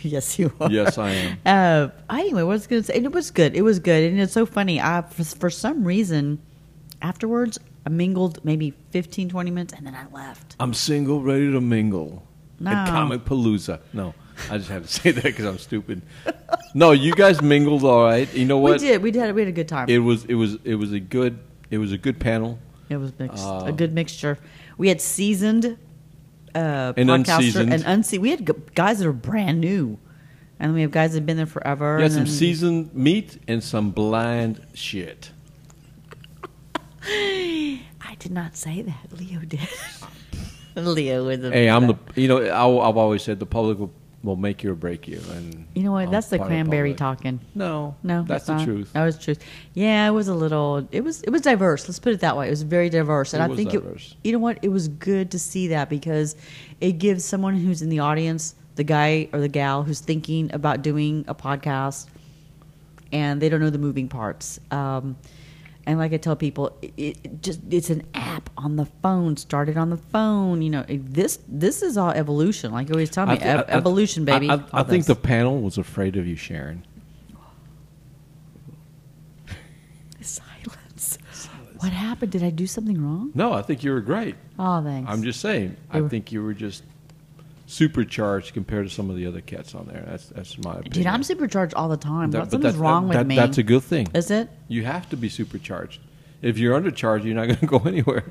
Speaker 3: yes, you are.
Speaker 2: Yes, I am.
Speaker 3: Uh, anyway, what I was going to say, and it was good. It was good. And it's so funny. I, for, for some reason, afterwards, I mingled maybe 15, 20 minutes and then I left.
Speaker 2: I'm single, ready to mingle.
Speaker 3: No.
Speaker 2: At Comic Palooza. No, I just had to say that because I'm stupid. No, you guys mingled all right. You know what?
Speaker 3: we did. We did. We had a good time.
Speaker 2: It
Speaker 3: It,
Speaker 2: was it was it was a good it was a good panel
Speaker 3: was mixed, a
Speaker 2: um,
Speaker 3: good mixture. We had seasoned uh,
Speaker 2: And
Speaker 3: podcaster
Speaker 2: unseasoned.
Speaker 3: and unseasoned. We had g- guys that are brand new. And we have guys that have been there forever.
Speaker 2: You had
Speaker 3: and
Speaker 2: some
Speaker 3: then-
Speaker 2: seasoned meat and some blind shit.
Speaker 3: I did not say that. Leo did. Leo was a
Speaker 2: Hey, I'm the you know I, I've always said the public will, will make you or break you, and
Speaker 3: You know what?
Speaker 2: I'm
Speaker 3: that's the
Speaker 2: part of
Speaker 3: cranberry
Speaker 2: public.
Speaker 3: talking.
Speaker 2: No,
Speaker 3: No,
Speaker 2: that's, the
Speaker 3: not.
Speaker 2: truth.
Speaker 3: That was the truth. Yeah, it was a little. It was it was diverse. Let's put it that way. It was very diverse, and
Speaker 2: It
Speaker 3: I
Speaker 2: was
Speaker 3: think
Speaker 2: diverse.
Speaker 3: it. You know what? It was good to see that because it gives someone who's in the audience, the guy or the gal who's thinking about doing a podcast, and they don't know the moving parts. Um, and like I tell people, it, it just it's an app on the phone. Started on the phone. You know it- this this is all evolution. Like you always tell me,
Speaker 2: I thi-
Speaker 3: ev-
Speaker 2: I- I-
Speaker 3: evolution,
Speaker 2: I-
Speaker 3: baby.
Speaker 2: I, I
Speaker 3: All
Speaker 2: think the
Speaker 3: this.
Speaker 2: panel was afraid of you, Sharon.
Speaker 3: silence. What happened? Did I do something wrong?
Speaker 2: No, I think you were great.
Speaker 3: Oh, thanks.
Speaker 2: I'm just saying.
Speaker 3: They
Speaker 2: I
Speaker 3: were-
Speaker 2: think you were just supercharged compared to some of the other cats on there. That's that's my opinion.
Speaker 3: Dude, I'm supercharged all the time.
Speaker 2: That- but
Speaker 3: Something's
Speaker 2: that-
Speaker 3: wrong with
Speaker 2: that-
Speaker 3: me.
Speaker 2: That's a good thing.
Speaker 3: Is it?
Speaker 2: You have to be supercharged. If you're undercharged, you're not going to go anywhere.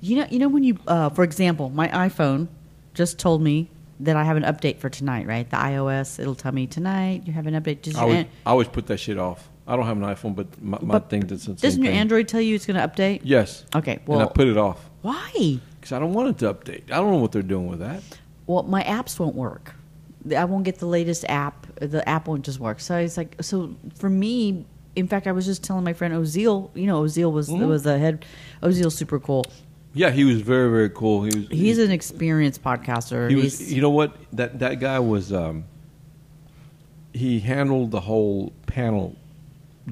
Speaker 3: You know, you know when you, uh, for example, my iPhone just told me that I have an update for tonight. Right, the iOS it'll tell me tonight you have an update. Does
Speaker 2: I
Speaker 3: your
Speaker 2: always,
Speaker 3: an-
Speaker 2: I always put that shit off. I don't have an iPhone, but my, my
Speaker 3: But
Speaker 2: thing does the same
Speaker 3: doesn't your
Speaker 2: thing.
Speaker 3: Android tell you it's going to update?
Speaker 2: Yes.
Speaker 3: Okay,
Speaker 2: and
Speaker 3: well-
Speaker 2: I put it off
Speaker 3: Why?
Speaker 2: because I don't want it to update. I don't know what they're doing with that.
Speaker 3: Well, my apps won't work. I won't get the latest app. The app won't just work. So it's like so for me. In fact, I was just telling my friend Ozil. You know, Ozil was
Speaker 2: Mm-hmm.
Speaker 3: was the head. Ozil's super cool.
Speaker 2: Yeah, he was very very cool. He was
Speaker 3: He's an experienced podcaster.
Speaker 2: he was
Speaker 3: He's-
Speaker 2: you know what that that guy was um he handled the whole panel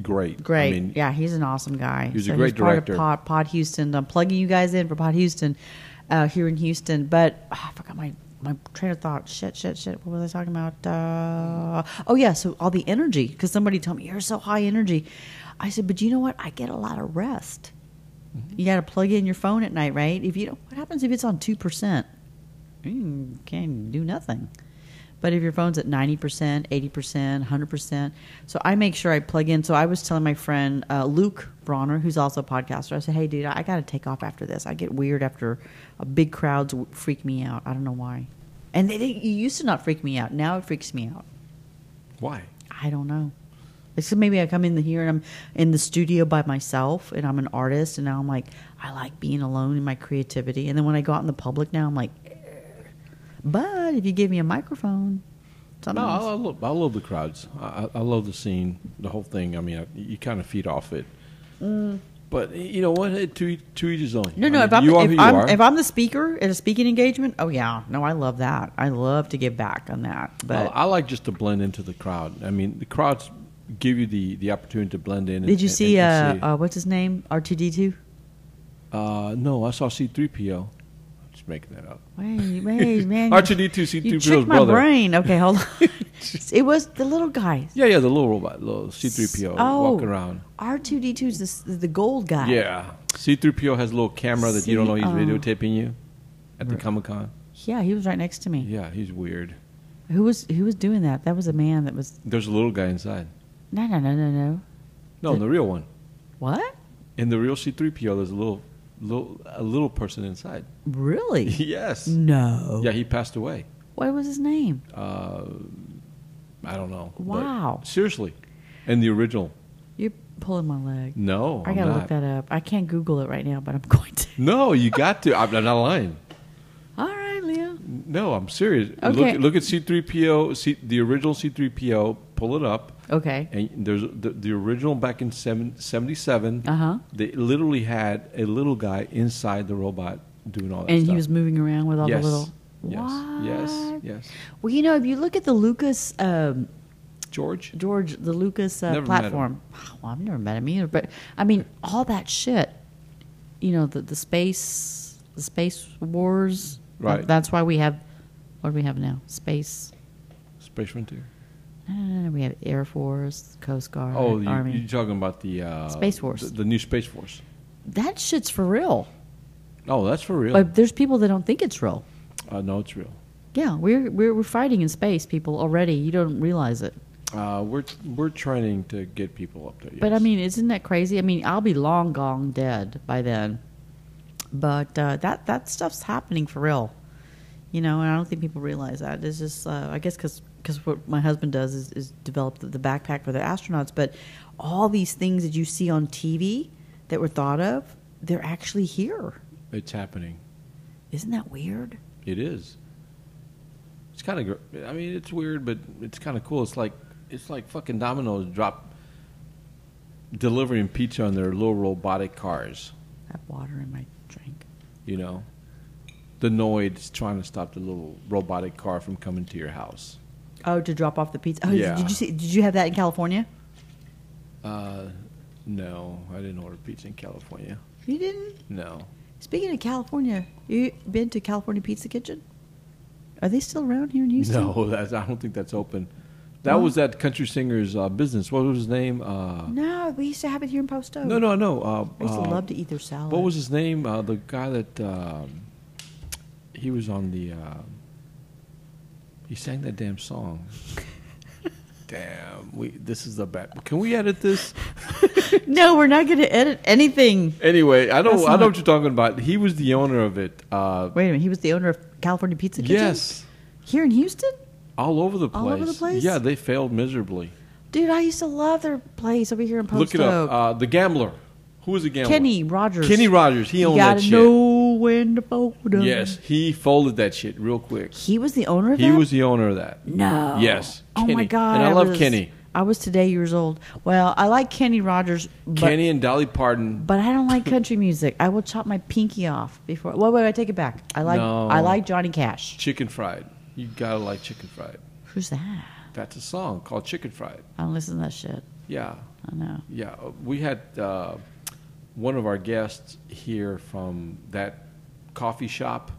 Speaker 2: great.
Speaker 3: Great.
Speaker 2: I mean,
Speaker 3: yeah, he's an awesome guy.
Speaker 2: He's a great director.
Speaker 3: Part of Pod, Pod Houston. I'm plugging you guys in for Pod Houston uh, here in Houston. But ah, I forgot my, my train of thought. Shit, shit, shit. What was I talking about? Uh, oh, yeah. So all the energy, because somebody told me, you're so high energy. I said, but you know what? I get a lot of rest.
Speaker 2: Mm-hmm.
Speaker 3: You got to plug in your phone at night, right? If you don't, what happens if it's on 2%? you Mm, can't do nothing. But if your phone's at 90%, 80%, 100%, so I make sure I plug in. So I was telling my friend uh, Luke Bronner, who's also a podcaster, I said, hey, dude, I got to take off after this. I get weird after a big crowds w- freak me out. I don't know why. And they, they it used to not freak me out. Now it freaks me out.
Speaker 2: Why?
Speaker 3: I don't know. It's just maybe I come in here and I'm in the studio by myself and I'm an artist and now I'm like, I like being alone in my creativity. And then when I go out in the public now, I'm like, "Eh." but if you give me a microphone,
Speaker 2: No, I, I
Speaker 3: sometimes.
Speaker 2: love, I love the crowds. I, I- I love the scene, the whole thing. I mean, I, you kind of feed off it. But you know what? It- To, each- to each his own.
Speaker 3: Mm. No,
Speaker 2: I
Speaker 3: no.
Speaker 2: mean,
Speaker 3: If I'm,
Speaker 2: you are who
Speaker 3: if
Speaker 2: you
Speaker 3: I'm,
Speaker 2: are.
Speaker 3: if I'm the speaker at a speaking engagement, oh yeah, no, I love that. I love to give back on that. But
Speaker 2: I, I like just to blend into the crowd. I mean, the crowds give you the, the opportunity to blend in. and-
Speaker 3: did you
Speaker 2: and-
Speaker 3: see,
Speaker 2: and
Speaker 3: uh, uh, what's his name? R2D2?
Speaker 2: see. Uh, no, I saw C3PO. I'm just making that up.
Speaker 3: Wait, wait, man.
Speaker 2: R2D2,
Speaker 3: You
Speaker 2: C3PO's
Speaker 3: tricked my
Speaker 2: brother.
Speaker 3: brain. Okay, hold on. it was the little guy.
Speaker 2: Yeah,
Speaker 3: oh.
Speaker 2: yeah, the little robot, little C3PO walking around.
Speaker 3: R two D two is the, the gold guy.
Speaker 2: Yeah. C3PO has a little camera that you don't know he's
Speaker 3: See, oh.
Speaker 2: videotaping you at the Comic Con.
Speaker 3: Yeah, he was right next to me.
Speaker 2: Yeah, he's weird.
Speaker 3: Who was who was doing that? That was a man that was
Speaker 2: There's a little guy inside.
Speaker 3: no no no no no.
Speaker 2: No, the real one.
Speaker 3: What?
Speaker 2: In the real C3PO, there's a little, little, a little person inside.
Speaker 3: Really?
Speaker 2: yes.
Speaker 3: no.
Speaker 2: Yeah, he passed away.
Speaker 3: What was his name?
Speaker 2: Uh, I don't know. but
Speaker 3: Wow.
Speaker 2: seriously, in the original?
Speaker 3: You're pulling my leg.
Speaker 2: No,
Speaker 3: I
Speaker 2: I'm
Speaker 3: gotta
Speaker 2: not.
Speaker 3: look that up. I can't Google it right now, but I'm going to.
Speaker 2: No, you got to. I'm, I'm not lying.
Speaker 3: All right, Leo.
Speaker 2: No, I'm serious.
Speaker 3: Okay.
Speaker 2: Look, look at C3PO, C, the original C3PO. Pull it up.
Speaker 3: Okay.
Speaker 2: And there's the, the original back in seven, 77.
Speaker 3: Uh-huh.
Speaker 2: They literally had a little guy inside the robot doing all that
Speaker 3: And
Speaker 2: stuff.
Speaker 3: he was moving around with all
Speaker 2: yes.
Speaker 3: the little.
Speaker 2: Yes.
Speaker 3: What?
Speaker 2: Yes. Yes.
Speaker 3: Well, you know, if you look at the Lucas um,
Speaker 2: George.
Speaker 3: George, the Lucas uh,
Speaker 2: Never met him.
Speaker 3: platform. Well, I've never met him either, but I mean, all that shit. You know, the the space, the space wars. That-
Speaker 2: Right.
Speaker 3: that's why we have. What do we have now? Space.
Speaker 2: Space Frontier.
Speaker 3: No, no, no, no. We have Air Force, Coast Guard,
Speaker 2: Oh, you,
Speaker 3: Army.
Speaker 2: you're talking about the uh,
Speaker 3: Space Force.
Speaker 2: The, the new Space Force.
Speaker 3: that shit's for real.
Speaker 2: Oh, that's for real.
Speaker 3: But there's people that don't think it's real.
Speaker 2: uh, no, it's real.
Speaker 3: Yeah, we're, we're we're fighting in space, people already. You don't realize it.
Speaker 2: Uh, we're we're trying to get people up there.
Speaker 3: But I
Speaker 2: yes.
Speaker 3: mean, isn't that crazy? I mean, I'll be long gone dead by then. But uh, that that stuff's happening for real, you know. And I don't think people realize that. It's just, uh, I guess, because what my husband does is, is develop the, the backpack for the astronauts. But all these things that you see on TV that were thought of, they're actually here.
Speaker 2: it's happening.
Speaker 3: Isn't that weird?
Speaker 2: It is. It's kind of. I mean, it's weird, but it's kind of cool. It's like it's like fucking Domino's drop delivering pizza on their little robotic cars.
Speaker 3: I have water in my drink.
Speaker 2: You know, the Noid's trying to stop the little robotic car from coming to your house.
Speaker 3: Oh, to drop off the pizza. Oh,
Speaker 2: Yeah.
Speaker 3: did you see? Did you have that in California?
Speaker 2: Uh, no, I didn't order pizza in California.
Speaker 3: You didn't.
Speaker 2: No,
Speaker 3: Speaking of California, you been to California Pizza Kitchen? Are they still around here in Houston?
Speaker 2: no, that's, I don't think that's open. That was that country singer's uh, business. What was his name? Uh,
Speaker 3: No, we used to have it here in Post Oak.
Speaker 2: no, no, no. Uh,
Speaker 3: I used to
Speaker 2: uh,
Speaker 3: love to eat their salad.
Speaker 2: What was his name? Uh, the guy that um he was on the. Uh, he sang that damn song. damn, we. This is the bad. Can we edit this?
Speaker 3: No, we're not going to edit anything.
Speaker 2: Anyway, I don't.
Speaker 3: That's
Speaker 2: I
Speaker 3: not-
Speaker 2: know what you're talking about. He was the owner of it. Uh,
Speaker 3: Wait a minute. He was the owner of California Pizza Kitchen?
Speaker 2: yes,
Speaker 3: Here in Houston?
Speaker 2: all over the place.
Speaker 3: All over the place?
Speaker 2: Yeah, they failed miserably.
Speaker 3: Dude, I used to love their place over here in Post
Speaker 2: Look it
Speaker 3: Oak.
Speaker 2: up. Uh, the Gambler. Who was the Gambler?
Speaker 3: Kenny Rogers.
Speaker 2: Kenny Rogers. He
Speaker 3: You
Speaker 2: owned
Speaker 3: gotta
Speaker 2: that shit.
Speaker 3: know when to fold 'em.
Speaker 2: Yes, he folded that shit real quick.
Speaker 3: He was the owner of
Speaker 2: He
Speaker 3: that?
Speaker 2: was the owner of that.
Speaker 3: No.
Speaker 2: Yes.
Speaker 3: Oh my
Speaker 2: Kenny.
Speaker 3: God.
Speaker 2: And I, love
Speaker 3: was-
Speaker 2: Kenny.
Speaker 3: I was today years old. Well, I like Kenny Rogers. But,
Speaker 2: Kenny and Dolly Parton.
Speaker 3: But I don't like country music. I will chop my pinky off before. Wait, wait, I take it back. I like
Speaker 2: No.
Speaker 3: I like Johnny Cash.
Speaker 2: Chicken fried. You gotta like chicken fried.
Speaker 3: Who's that?
Speaker 2: That's a song called Chicken Fried.
Speaker 3: I don't listen to that shit.
Speaker 2: Yeah,
Speaker 3: I know.
Speaker 2: yeah. We had uh, one of our guests here from that coffee shop.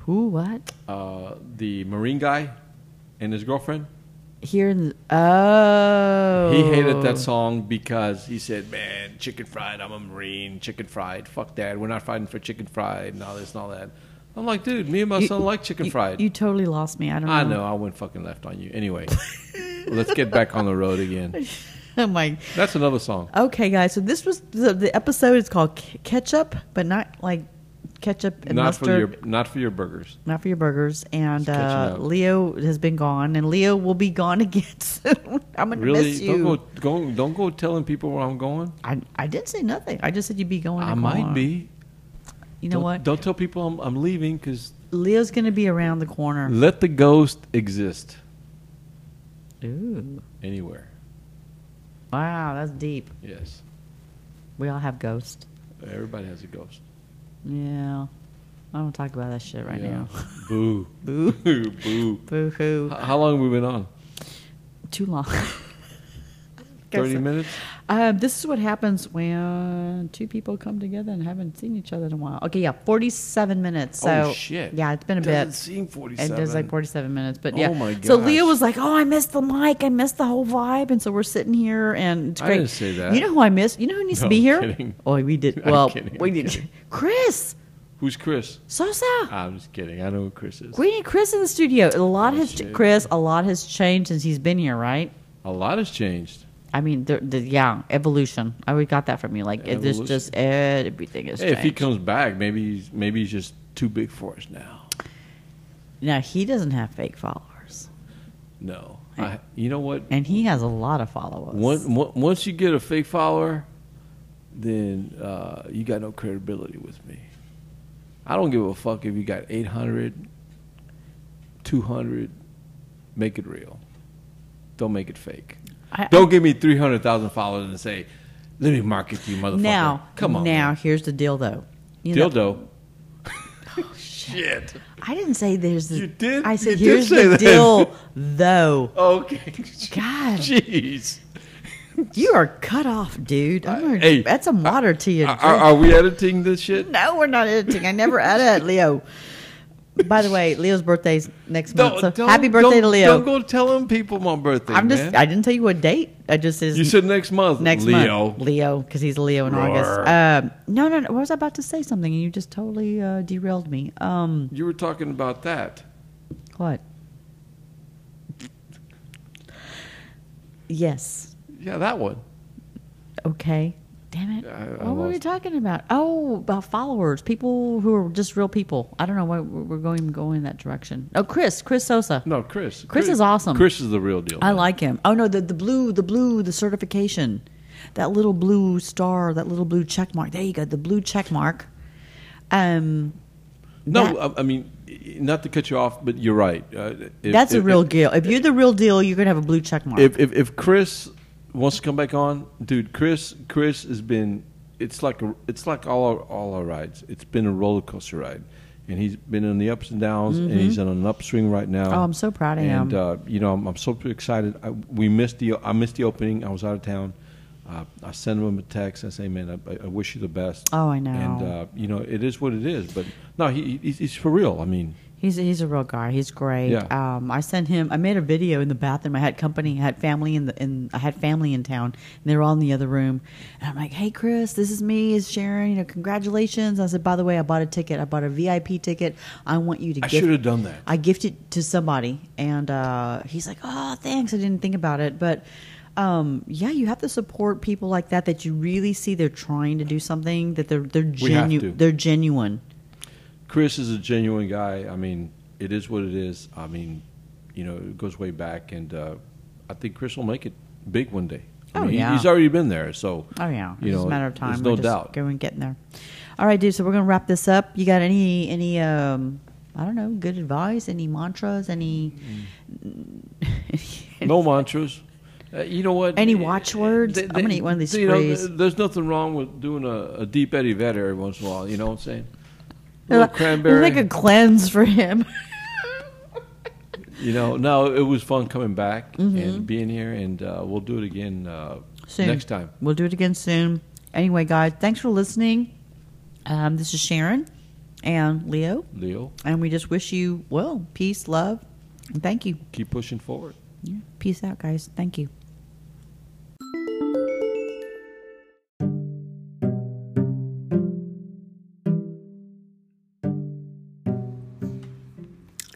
Speaker 3: Who? What?
Speaker 2: Uh, the Marine guy and his girlfriend.
Speaker 3: Here in the, oh.
Speaker 2: He hated that song because he said, "Man, chicken fried. I'm a Marine. Chicken fried. Fuck that. We're not fighting for chicken fried and all this and all that." I'm like, dude, me and my son like chicken
Speaker 3: you-
Speaker 2: fried.
Speaker 3: You totally lost me. I don't.
Speaker 2: I know. I went fucking left on you. Anyway, let's get back on the road again.
Speaker 3: I'm like,
Speaker 2: That's another song.
Speaker 3: okay, guys. So this was the, the episode is called K- ketchup, but not like ketchup and
Speaker 2: not
Speaker 3: mustard.
Speaker 2: for your not for your burgers.
Speaker 3: not for your burgers. And
Speaker 2: Just catching
Speaker 3: uh,
Speaker 2: up.
Speaker 3: Leo has been gone, and Leo will be gone again soon. I'm gonna
Speaker 2: Really?
Speaker 3: miss you.
Speaker 2: Don't go, go don't go telling people where I'm going.
Speaker 3: I, I didn't say nothing. I just said you'd be going.
Speaker 2: I
Speaker 3: to
Speaker 2: might
Speaker 3: Guam.
Speaker 2: be.
Speaker 3: You know
Speaker 2: don't,
Speaker 3: what?
Speaker 2: Don't tell people I'm I'm leaving because
Speaker 3: Leo's going to be around the corner.
Speaker 2: let the ghost exist
Speaker 3: Ooh.
Speaker 2: anywhere.
Speaker 3: Wow, that's deep.
Speaker 2: Yes,
Speaker 3: We all have ghosts.
Speaker 2: everybody has a ghost.
Speaker 3: Yeah. I don't talk about that shit right
Speaker 2: Yeah.
Speaker 3: now.
Speaker 2: Boo.
Speaker 3: Boo.
Speaker 2: Boo.
Speaker 3: Boo hoo.
Speaker 2: H- How long have we been on?
Speaker 3: Too long.
Speaker 2: Thirty minutes.
Speaker 3: Um, this is what happens when two people come together and haven't seen each other in a while. Okay, yeah, forty-seven minutes. So
Speaker 4: oh shit!
Speaker 3: yeah, it's been a
Speaker 4: Doesn't
Speaker 3: bit.
Speaker 4: Seem forty-seven.
Speaker 3: It does like 47 minutes, but
Speaker 4: Oh
Speaker 3: yeah.
Speaker 4: my
Speaker 3: So Leah
Speaker 4: gosh.
Speaker 3: was like, "Oh, I missed the mic. I missed the whole vibe." And so we're sitting here, and it's
Speaker 2: I
Speaker 3: great.
Speaker 2: didn't say that.
Speaker 3: You know who I missed? You know who needs
Speaker 2: No,
Speaker 3: to be here?
Speaker 2: I'm kidding.
Speaker 3: Oh, we did.
Speaker 2: I'm
Speaker 3: Well,
Speaker 2: kidding,
Speaker 3: we
Speaker 2: I'm
Speaker 3: did.
Speaker 2: kidding. Uh,
Speaker 3: Chris
Speaker 2: Who's Chris?
Speaker 3: Sosa.
Speaker 2: I'm just kidding. I know who Chris is.
Speaker 3: we need Chris in the studio. A lot has
Speaker 2: oh, shit.
Speaker 3: Chris. A lot has changed since he's been here, right?
Speaker 2: A lot has changed.
Speaker 3: I mean, the, the, yeah, evolution. I already got that from you. Like, it, there's
Speaker 2: Evolution.
Speaker 3: just everything is.
Speaker 2: Hey, if he
Speaker 3: changed.
Speaker 2: comes back, maybe he's maybe he's just too big for us now.
Speaker 3: now he doesn't have fake followers,
Speaker 2: No, I, you know what?
Speaker 3: and he has a lot of followers.
Speaker 2: Once on- once you get a fake follower, then uh, you got no credibility with me. I don't give a fuck if you got 800, 200. Make it real. Don't make it fake.
Speaker 3: I- I-
Speaker 2: don't give me 300,000 followers and say, let me market you, motherfucker.
Speaker 3: Now,
Speaker 2: Come on.
Speaker 3: Now,
Speaker 2: man.
Speaker 3: here's the deal, though. You know- Oh,
Speaker 2: Dildo. Shit.
Speaker 3: I didn't say there's the.
Speaker 2: You did-
Speaker 3: I
Speaker 2: you
Speaker 3: said
Speaker 2: did
Speaker 3: here's
Speaker 2: say
Speaker 3: the
Speaker 2: that."
Speaker 3: deal, though.
Speaker 2: Okay.
Speaker 3: God.
Speaker 2: Jeez.
Speaker 3: You are cut off, dude. I'm gonna-
Speaker 2: hey,
Speaker 3: that's a martyr to you.
Speaker 2: Are, are- are we editing this shit?
Speaker 3: no, we're not editing. I never edit, Leo. By the way, Leo's birthday's next month. So
Speaker 2: don't-
Speaker 3: happy birthday
Speaker 2: don't-
Speaker 3: to Leo.
Speaker 2: Don't go telling people my birthday.
Speaker 3: I'm just.
Speaker 2: man.
Speaker 3: I didn't tell you what date. I just is
Speaker 2: You said next month.
Speaker 3: next
Speaker 2: Leo.
Speaker 3: month. Leo, because he's a Leo in
Speaker 2: Roar.
Speaker 3: August. Um, no, no, no. What was I about to say something, and you just totally uh, derailed me. Um,
Speaker 2: You were talking about that.
Speaker 3: what? Yes.
Speaker 2: Yeah, that one.
Speaker 3: Okay. Damn it.
Speaker 2: I- I
Speaker 3: what were we
Speaker 2: lost-
Speaker 3: talking about? Oh, about followers, people who are just real people. I don't know why we're we're going going in that direction. Oh, Chris, Chris Sosa.
Speaker 2: No, Chris.
Speaker 3: Chris is awesome.
Speaker 2: Chris is the real deal.
Speaker 3: I
Speaker 2: man.
Speaker 3: like him. Oh no, the the blue, the blue, the certification, that little blue star, that little blue check mark. There you go, the blue check mark. Um,
Speaker 2: No,
Speaker 3: that-
Speaker 2: I I mean, not to cut you off, but you're right. Uh, if-
Speaker 3: that's a
Speaker 2: if-
Speaker 3: real deal. If you're the real deal, you're gonna have a blue check mark.
Speaker 2: If, if if Chris wants to come back on, dude, Chris Chris has been it's like a, it's like all our, all our rides. It's been a roller coaster ride, and he's been in the ups and downs, and he's on an upswing right now.
Speaker 3: Mm-hmm. Oh, I'm so proud of
Speaker 2: and,
Speaker 3: him.
Speaker 2: uh, you know, I'm, I'm so excited. I, we missed the I missed the opening. I was out of town. Uh, I sent him a text. I say, man, I, I wish you the best.
Speaker 3: Oh, I know.
Speaker 2: And uh, you know, it is what it is. But no, he, he's, he's for real. I mean,
Speaker 3: He's he's a real guy. He's great.
Speaker 2: Yeah.
Speaker 3: Um, I sent him. I made a video in the bathroom. I had company. I had family in the in. I had family in town, and they were all in the other room. And I'm like, "Hey, Chris, this is me. Is Sharon? You know, congratulations." I said, "By the way, I bought a ticket. I bought a VIP ticket. I want you to.
Speaker 2: I
Speaker 3: gift-
Speaker 2: should have done that.
Speaker 3: I gifted to somebody." And uh, he's like, "Oh, thanks. I didn't think about it, but." Um, yeah, you have to support people like that that you really see they're trying to do something that they're they're
Speaker 2: have to.
Speaker 3: genuine they're genuine.
Speaker 2: Chris is a genuine guy. I mean, it is what it is. I mean, you know, it goes way back, and uh, I think Chris will make it big one day. I
Speaker 3: Oh,
Speaker 2: mean, he-
Speaker 3: yeah.
Speaker 2: He's already been there, so
Speaker 3: Oh yeah,
Speaker 2: you
Speaker 3: it's just
Speaker 2: know,
Speaker 3: a matter of time.
Speaker 2: There's
Speaker 3: We're
Speaker 2: no
Speaker 3: just
Speaker 2: doubt.
Speaker 3: Going getting there. All right, dude. So we're gonna wrap this up. You got any any um I don't know good advice? Any mantras? Any
Speaker 2: No mantras. Uh, you know what?
Speaker 3: Any
Speaker 2: Eh,
Speaker 3: watchwords?
Speaker 2: they-
Speaker 3: I'm gonna
Speaker 2: they-
Speaker 3: eat one of these
Speaker 2: You know,
Speaker 3: sprees.
Speaker 2: th- there's nothing wrong with doing a, a deep Eddie Vedder every once in a while. You know what I'm saying? A little cranberry.
Speaker 3: Like a cleanse for him.
Speaker 2: you know, no, it was fun coming back and being here, and uh, we'll do it again uh,
Speaker 3: Mm-hmm. soon.
Speaker 2: next time.
Speaker 3: we'll do it again soon. Anyway, guys, thanks for listening. Um, this is Sharon and Leo,
Speaker 2: Leo,
Speaker 3: and we just wish you well, peace, love, and thank you.
Speaker 2: keep pushing forward.
Speaker 3: Yeah. Peace out, guys. Thank you.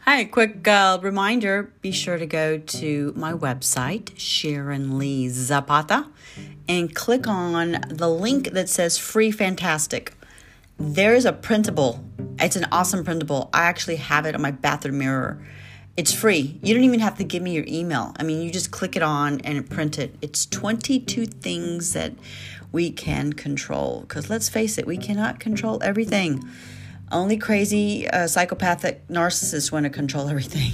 Speaker 3: Hi, quick uh, reminder be sure to go to my website, Sharon Lee Zapata, and click on the link that says Free Fantastic. There is a printable. It's an awesome printable. I actually have it on my bathroom mirror. It's free. You don't even have to give me your email. I mean, you just click it on and it print it. It's 22 things that we can control. Because let's face it, we cannot control everything. Only crazy uh, psychopathic narcissists want to control everything.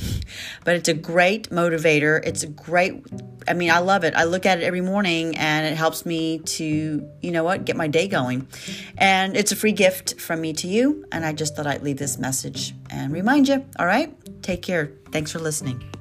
Speaker 3: but it's a great motivator. It's a great, I mean, I love it. I look at it every morning and it helps me to, you know what, get my day going. And it's a free gift from me to you. And I just thought I'd leave this message and remind you. All right. Take care. Thanks for listening.